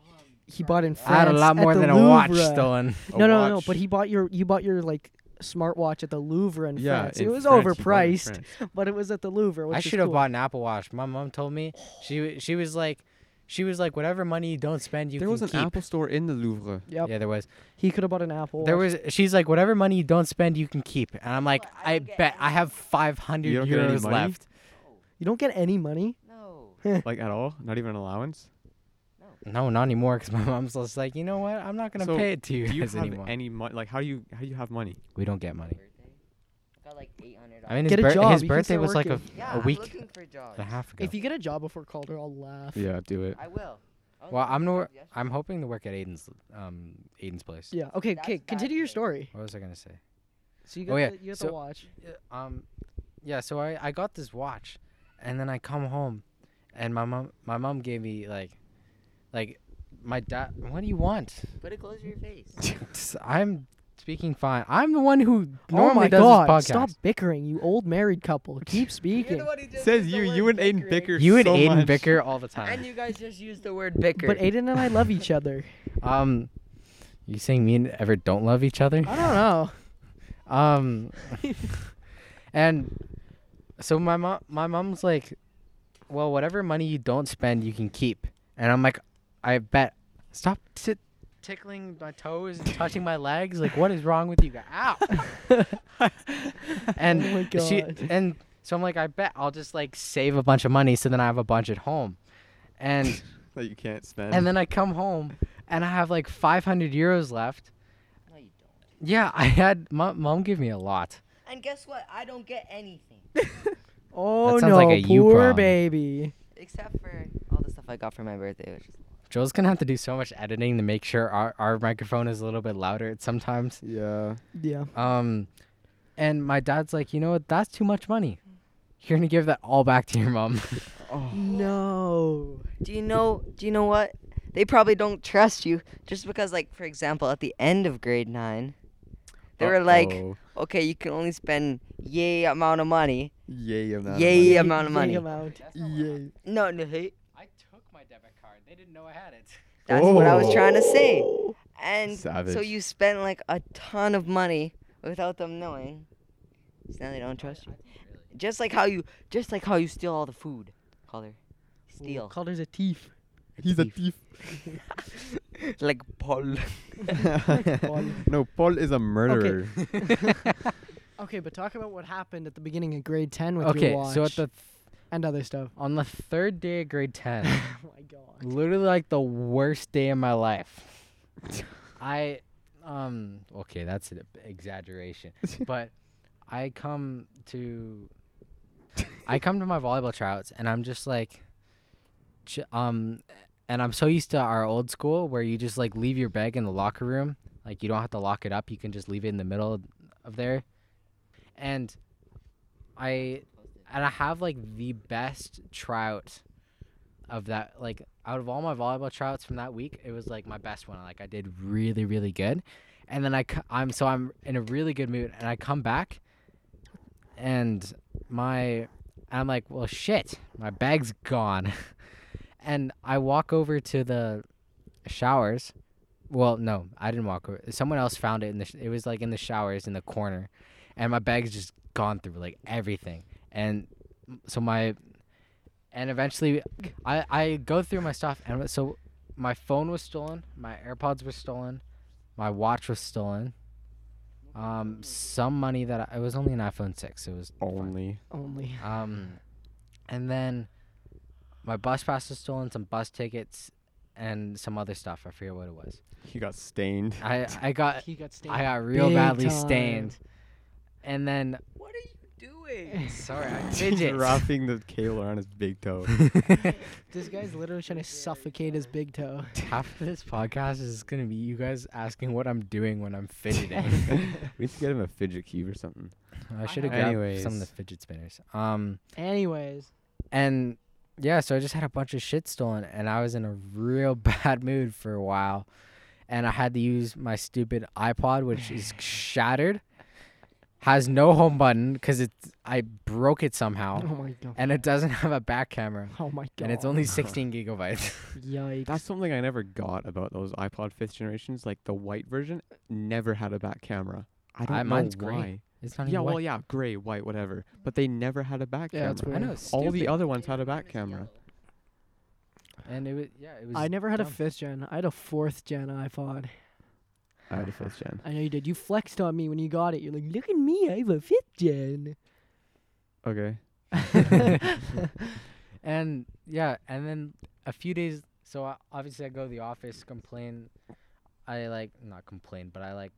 S2: He bought in France.
S4: I had a lot
S2: at
S4: more
S2: the
S4: than a watch
S2: Louvre.
S4: stolen.
S1: A
S2: No, no, no.
S1: watch.
S2: But he bought your you bought your like smartwatch at the Louvre in
S1: yeah,
S2: France.
S1: in
S2: it was
S1: France, he bought it in
S2: overpriced,
S1: France.
S2: but it was at the Louvre. Which
S4: I
S2: is
S4: should have
S2: cool.
S4: bought an Apple Watch. My mom told me she wa- she was like, she was like, whatever money you don't spend, you
S1: There
S4: can
S1: was an
S4: keep.
S1: Apple store in the Louvre.
S2: Yep.
S4: Yeah, there was.
S2: He could have bought an Apple.
S4: There
S2: Watch.
S4: was. She's like, whatever money you don't spend, you can keep. And I'm like,
S3: I
S4: I,
S3: don't get
S4: bet I
S3: any
S4: have
S1: You
S4: 500
S1: don't get any
S4: euros
S1: money?
S4: left.
S2: You don't get any money.
S3: No.
S1: Like at all? Not even an allowance?
S4: No, not anymore. Because my mom's just like, you know what? I'm not gonna
S1: So,
S4: pay it to you
S1: Do you
S4: guys
S1: have
S4: anymore.
S1: any money? Like how do you how do you have money?
S4: we don't get money.
S3: Birthday? Got like 800
S4: I mean, his,
S2: Get a
S4: bir-
S2: job,
S4: his
S2: you can
S4: birthday
S2: start
S4: was like a,
S2: working.
S3: yeah,
S4: a
S3: I'm
S4: week
S3: looking for jobs.
S4: and a half ago.
S2: If you get a job before Calder, I'll laugh.
S1: Yeah, do it.
S3: I will. I was
S4: well,
S3: looking
S4: I'm
S3: for
S4: no,
S3: jobs yesterday.
S4: I'm hoping to work at Aiden's, um, Aiden's place.
S2: Yeah. Okay.
S3: That's
S2: Okay. Continue your
S3: fascinating.
S2: story.
S4: What was I gonna say?
S2: So you
S4: Oh,
S2: got
S4: yeah,
S2: the, you got the
S4: so-
S2: watch.
S4: Yeah, um yeah so I, I got this watch and then i come home and my mom my mom gave me like like my dad what do you want
S3: Put it close to your face.
S4: Just- i'm speaking fine i'm the one who
S2: oh my
S4: normally does
S2: god!
S4: this podcast
S2: Stop bickering, you old married couple. Keep
S3: You're
S2: speaking.
S3: the one who just
S1: Says
S3: used the
S1: you,
S3: word
S1: you and Aiden bicker.
S3: bickering.
S4: you and
S1: so
S4: aiden
S1: much.
S4: bicker all the time
S3: And you guys just used the word bicker.
S2: But Aiden and I love each other.
S4: um you saying me and ever don't love each other
S2: I don't know.
S4: Um, and so my mom, my mom's like, "Well, whatever money you don't spend, you can keep." And I'm like, "I bet." Stop t- tickling my toes and touching my legs. Like, what is wrong with you? guys? Ow! and
S2: Oh my
S4: she
S2: God.
S4: and so I'm like, "I bet I'll just like save a bunch of money, so then I have a bunch at home." And
S1: That you can't spend.
S4: and then I come home and I have like 500 euros left.
S3: no, you don't.
S4: Yeah, I had my mom give me a lot.
S3: And guess what? I don't get anything.
S2: Oh
S4: sounds
S2: no,
S4: like a you
S2: poor
S4: problem.
S2: baby.
S3: Except for all the stuff I got for my birthday, which is
S4: Joel's gonna have to do so much editing to make sure our, our microphone is a little bit louder at sometimes.
S1: yeah.
S2: Yeah.
S4: Um, and my dad's like, you know what? That's too much money. You're gonna give that all back to your mom.
S2: No.
S3: Do you know? Do you know what? They probably don't trust you just because, like, for example, at the end of grade nine, they were like,
S1: Uh-oh.
S3: "Okay, you can only spend yay amount of money."
S1: yay amount of
S3: Yay
S1: money.
S3: amount of
S2: Big
S3: money.
S2: amount.
S1: Yay.
S3: No, no, hey,
S4: I took my debit card. They didn't know I had it.
S3: that's what I was trying to say. And so
S1: Savage.
S3: you spent like a ton of money without them knowing. So now they don't trust you. Just like how you, just like how you steal all the food, color, steal
S2: Calder's a thief.
S1: He's a thief.
S3: like Paul.
S1: no, Paul is a murderer.
S2: Okay, but talk about what happened at the beginning of grade ten with
S4: okay,
S2: your watch
S4: so at the th-
S2: and other stuff.
S4: on the third day of grade ten,
S2: Oh my god.
S4: literally like the worst day of my life. I um okay, that's an exaggeration. but I come to I come to my volleyball tryouts and I'm just like ch- um and I'm so used to our old school where you just like leave your bag in the locker room. Like you don't have to lock it up, you can just leave it in the middle of there. And I and I have like the best trout of that like out of all my volleyball tryouts from that week, it was like my best one. Like I did really really good, and then I c- I'm so I'm in a really good mood, and I come back, and my I'm like well shit, my bag's gone, and I walk over to the showers. Well, no, I didn't walk over. Someone else found it in the. Sh- it was like in the showers in the corner, and my bag's just gone through like everything, and so my and eventually I, I go through my stuff and so my phone was stolen my airpods were stolen my watch was stolen um some money that I, it was only an iphone 6 it was fine.
S1: Only.
S2: Only.
S4: um and then my bus pass was stolen some bus tickets and some other stuff i forget what it was
S1: He got stained.
S4: i i got
S2: He got stained.
S4: i got real
S2: Big
S4: badly
S2: time.
S4: stained and then
S3: What are you doing?
S4: sorry i
S1: He's
S4: fidget
S1: wrapping the kale around his big toe.
S2: This guy's literally trying to suffocate his big toe.
S4: Half of this podcast is gonna be you guys asking what I'm doing when I'm fidgeting.
S1: we should get him a fidget cube or something.
S4: I should have
S1: have-
S4: grabbed some of the
S1: Anyways.
S4: fidget spinners. Um,
S2: Anyways,
S4: and yeah, so I just had a bunch of shit stolen, and I was in a real bad mood for a while, and I had to use my stupid iPod, which is shattered, has no home button because it I broke it somehow,
S2: Oh my god.
S4: and it doesn't have a back camera,
S2: oh my god.
S4: and it's only 16 gigabytes.
S2: yikes.
S1: That's something I never got about those iPod fifth generations. Like the white version never had a back camera. I don't
S4: I-
S1: know
S4: mine's
S1: why.
S4: green. It's not
S1: Yeah,
S4: even
S1: well, yeah, gray, white, whatever. But they never had a back
S2: Yeah,
S1: camera.
S2: it's
S4: I
S2: weird.
S4: know. It's
S1: All the
S4: stupid.
S1: other ones had a back camera.
S4: and it was yeah, it was.
S2: I never had a
S4: dumb.
S2: fifth gen. I had a fourth gen iPod.
S1: I had a fifth gen.
S2: I know you did. You flexed on me when you got it. You're like, look at me, I have a fifth gen.
S1: Okay.
S4: and yeah, and then a few days. So I, obviously, I go to the office, complain. I like not complain, but I like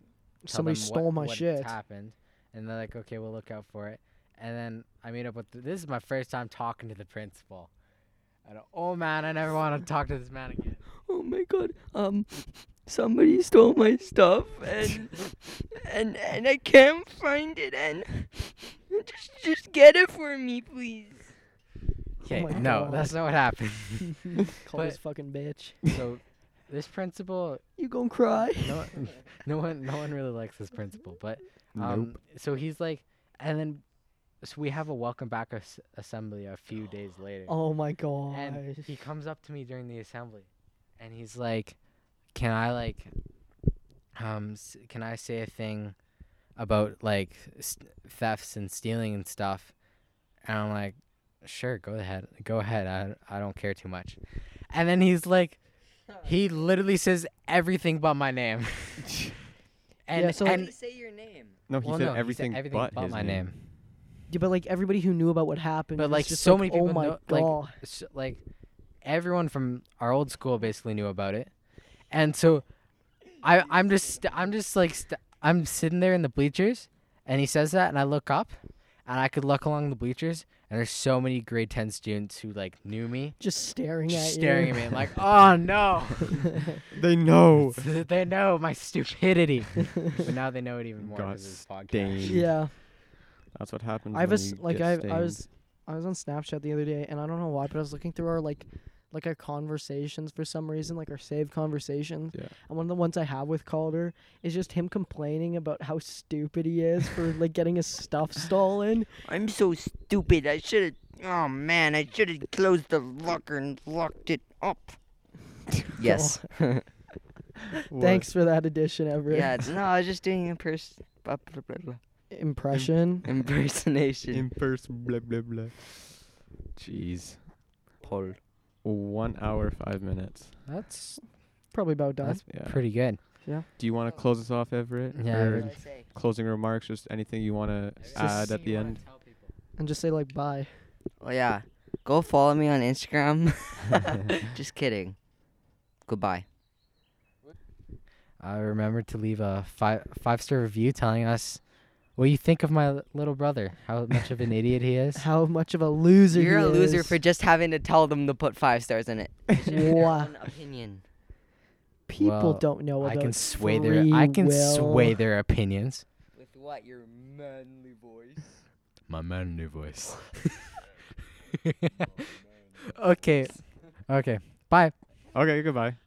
S4: tell
S2: Somebody
S4: them what-
S2: stole my
S4: what
S2: shit.
S4: Happened, and they're like, "Okay, we'll look out for it." And then I meet up with. The, this is my first time talking to the principal. And oh man, I never want to talk to this man again.
S3: oh my god, um, somebody stole my stuff and and and I can't find it and just just get it for me, please.
S4: Okay,
S2: Oh my
S4: no,
S2: God.
S4: that's not what happened.
S2: Call this fucking bitch.
S4: so, this principal,
S2: You gonna cry?
S4: no, one- no one, no one really likes this principal, but Um, So he's like, and then, so we have a welcome back as- assembly a few days later.
S2: Oh my god.
S4: and he comes up to me during the assembly, and he's like, "Can I like, um, s- can I say a thing about like st- thefts and stealing and stuff?" And I'm like, "Sure, go ahead, go ahead. I I don't care too much." And then he's like, he literally says everything but my name. and
S2: Yeah, so, like,
S4: and
S3: say your name?
S1: no, Oh, he
S4: well,
S1: said
S4: no,
S1: everything,
S4: everything
S1: but, his
S4: my name.
S2: yeah, but like everybody who knew about what happened.
S4: But,
S2: was
S4: like,
S2: just
S4: so
S2: like,
S4: many people
S2: Oh my
S4: know- like,
S2: god.
S4: s- like everyone from our old school basically knew about it, and so I I'm just st- I'm just like st- I'm sitting there in the bleachers, and he says that, and I look up, and I could look along the bleachers, and there's so many grade ten students who like knew me,
S2: just staring
S4: just
S2: at
S4: staring
S2: you.
S4: at me, and like oh no,
S1: They know.
S4: they know my stupidity, but now they know it even more
S1: Got
S4: because of this podcast.
S1: stained.
S2: yeah.
S1: That's what happens.
S2: I
S1: when
S2: was
S1: you
S2: like
S1: get
S2: I I
S1: stained.
S2: was I was on Snapchat the other day and I don't know why, but I was looking through our like like our conversations for some reason, like our saved conversations.
S1: Yeah.
S2: And one of the ones I have with Calder is just him complaining about how stupid he is for like getting his stuff stolen.
S3: I'm so stupid. I should have. Oh man, I should have closed the locker and locked it up. yes.
S2: Thanks for that addition, Everett.
S3: yeah. it's- No, I was just doing impers- blah, blah, blah, blah.
S2: Impression.
S3: impersonation.
S1: Impers, blah, blah, blah. Jeez.
S3: Paul.
S1: One hour, five minutes.
S4: That's
S2: Probably about done.
S4: That's-
S1: Yeah.
S4: pretty good.
S1: Do you want to close us off, Everett?
S4: Yeah,
S1: Or
S4: Everett.
S1: Closing remarks, just anything you want to add at the end?
S2: and just say like bye.
S3: Well, yeah. Go follow me on Instagram. just kidding. Goodbye.
S4: I remember to leave a five five star review telling us what you think of my l- little brother, how much of an idiot he is.
S2: How much of a loser
S3: You're
S2: he
S3: a loser
S2: is.
S3: for just having to tell them to put five stars in it. It should have been their
S2: Wow.
S3: own opinion.
S2: people
S4: Well,
S2: don't know
S4: I
S2: about
S4: can sway their I
S2: free
S4: can sway
S2: will.
S4: their opinions.
S3: With what? Your manly voice.
S4: My manly voice. okay. Okay. Bye.
S1: Okay, goodbye.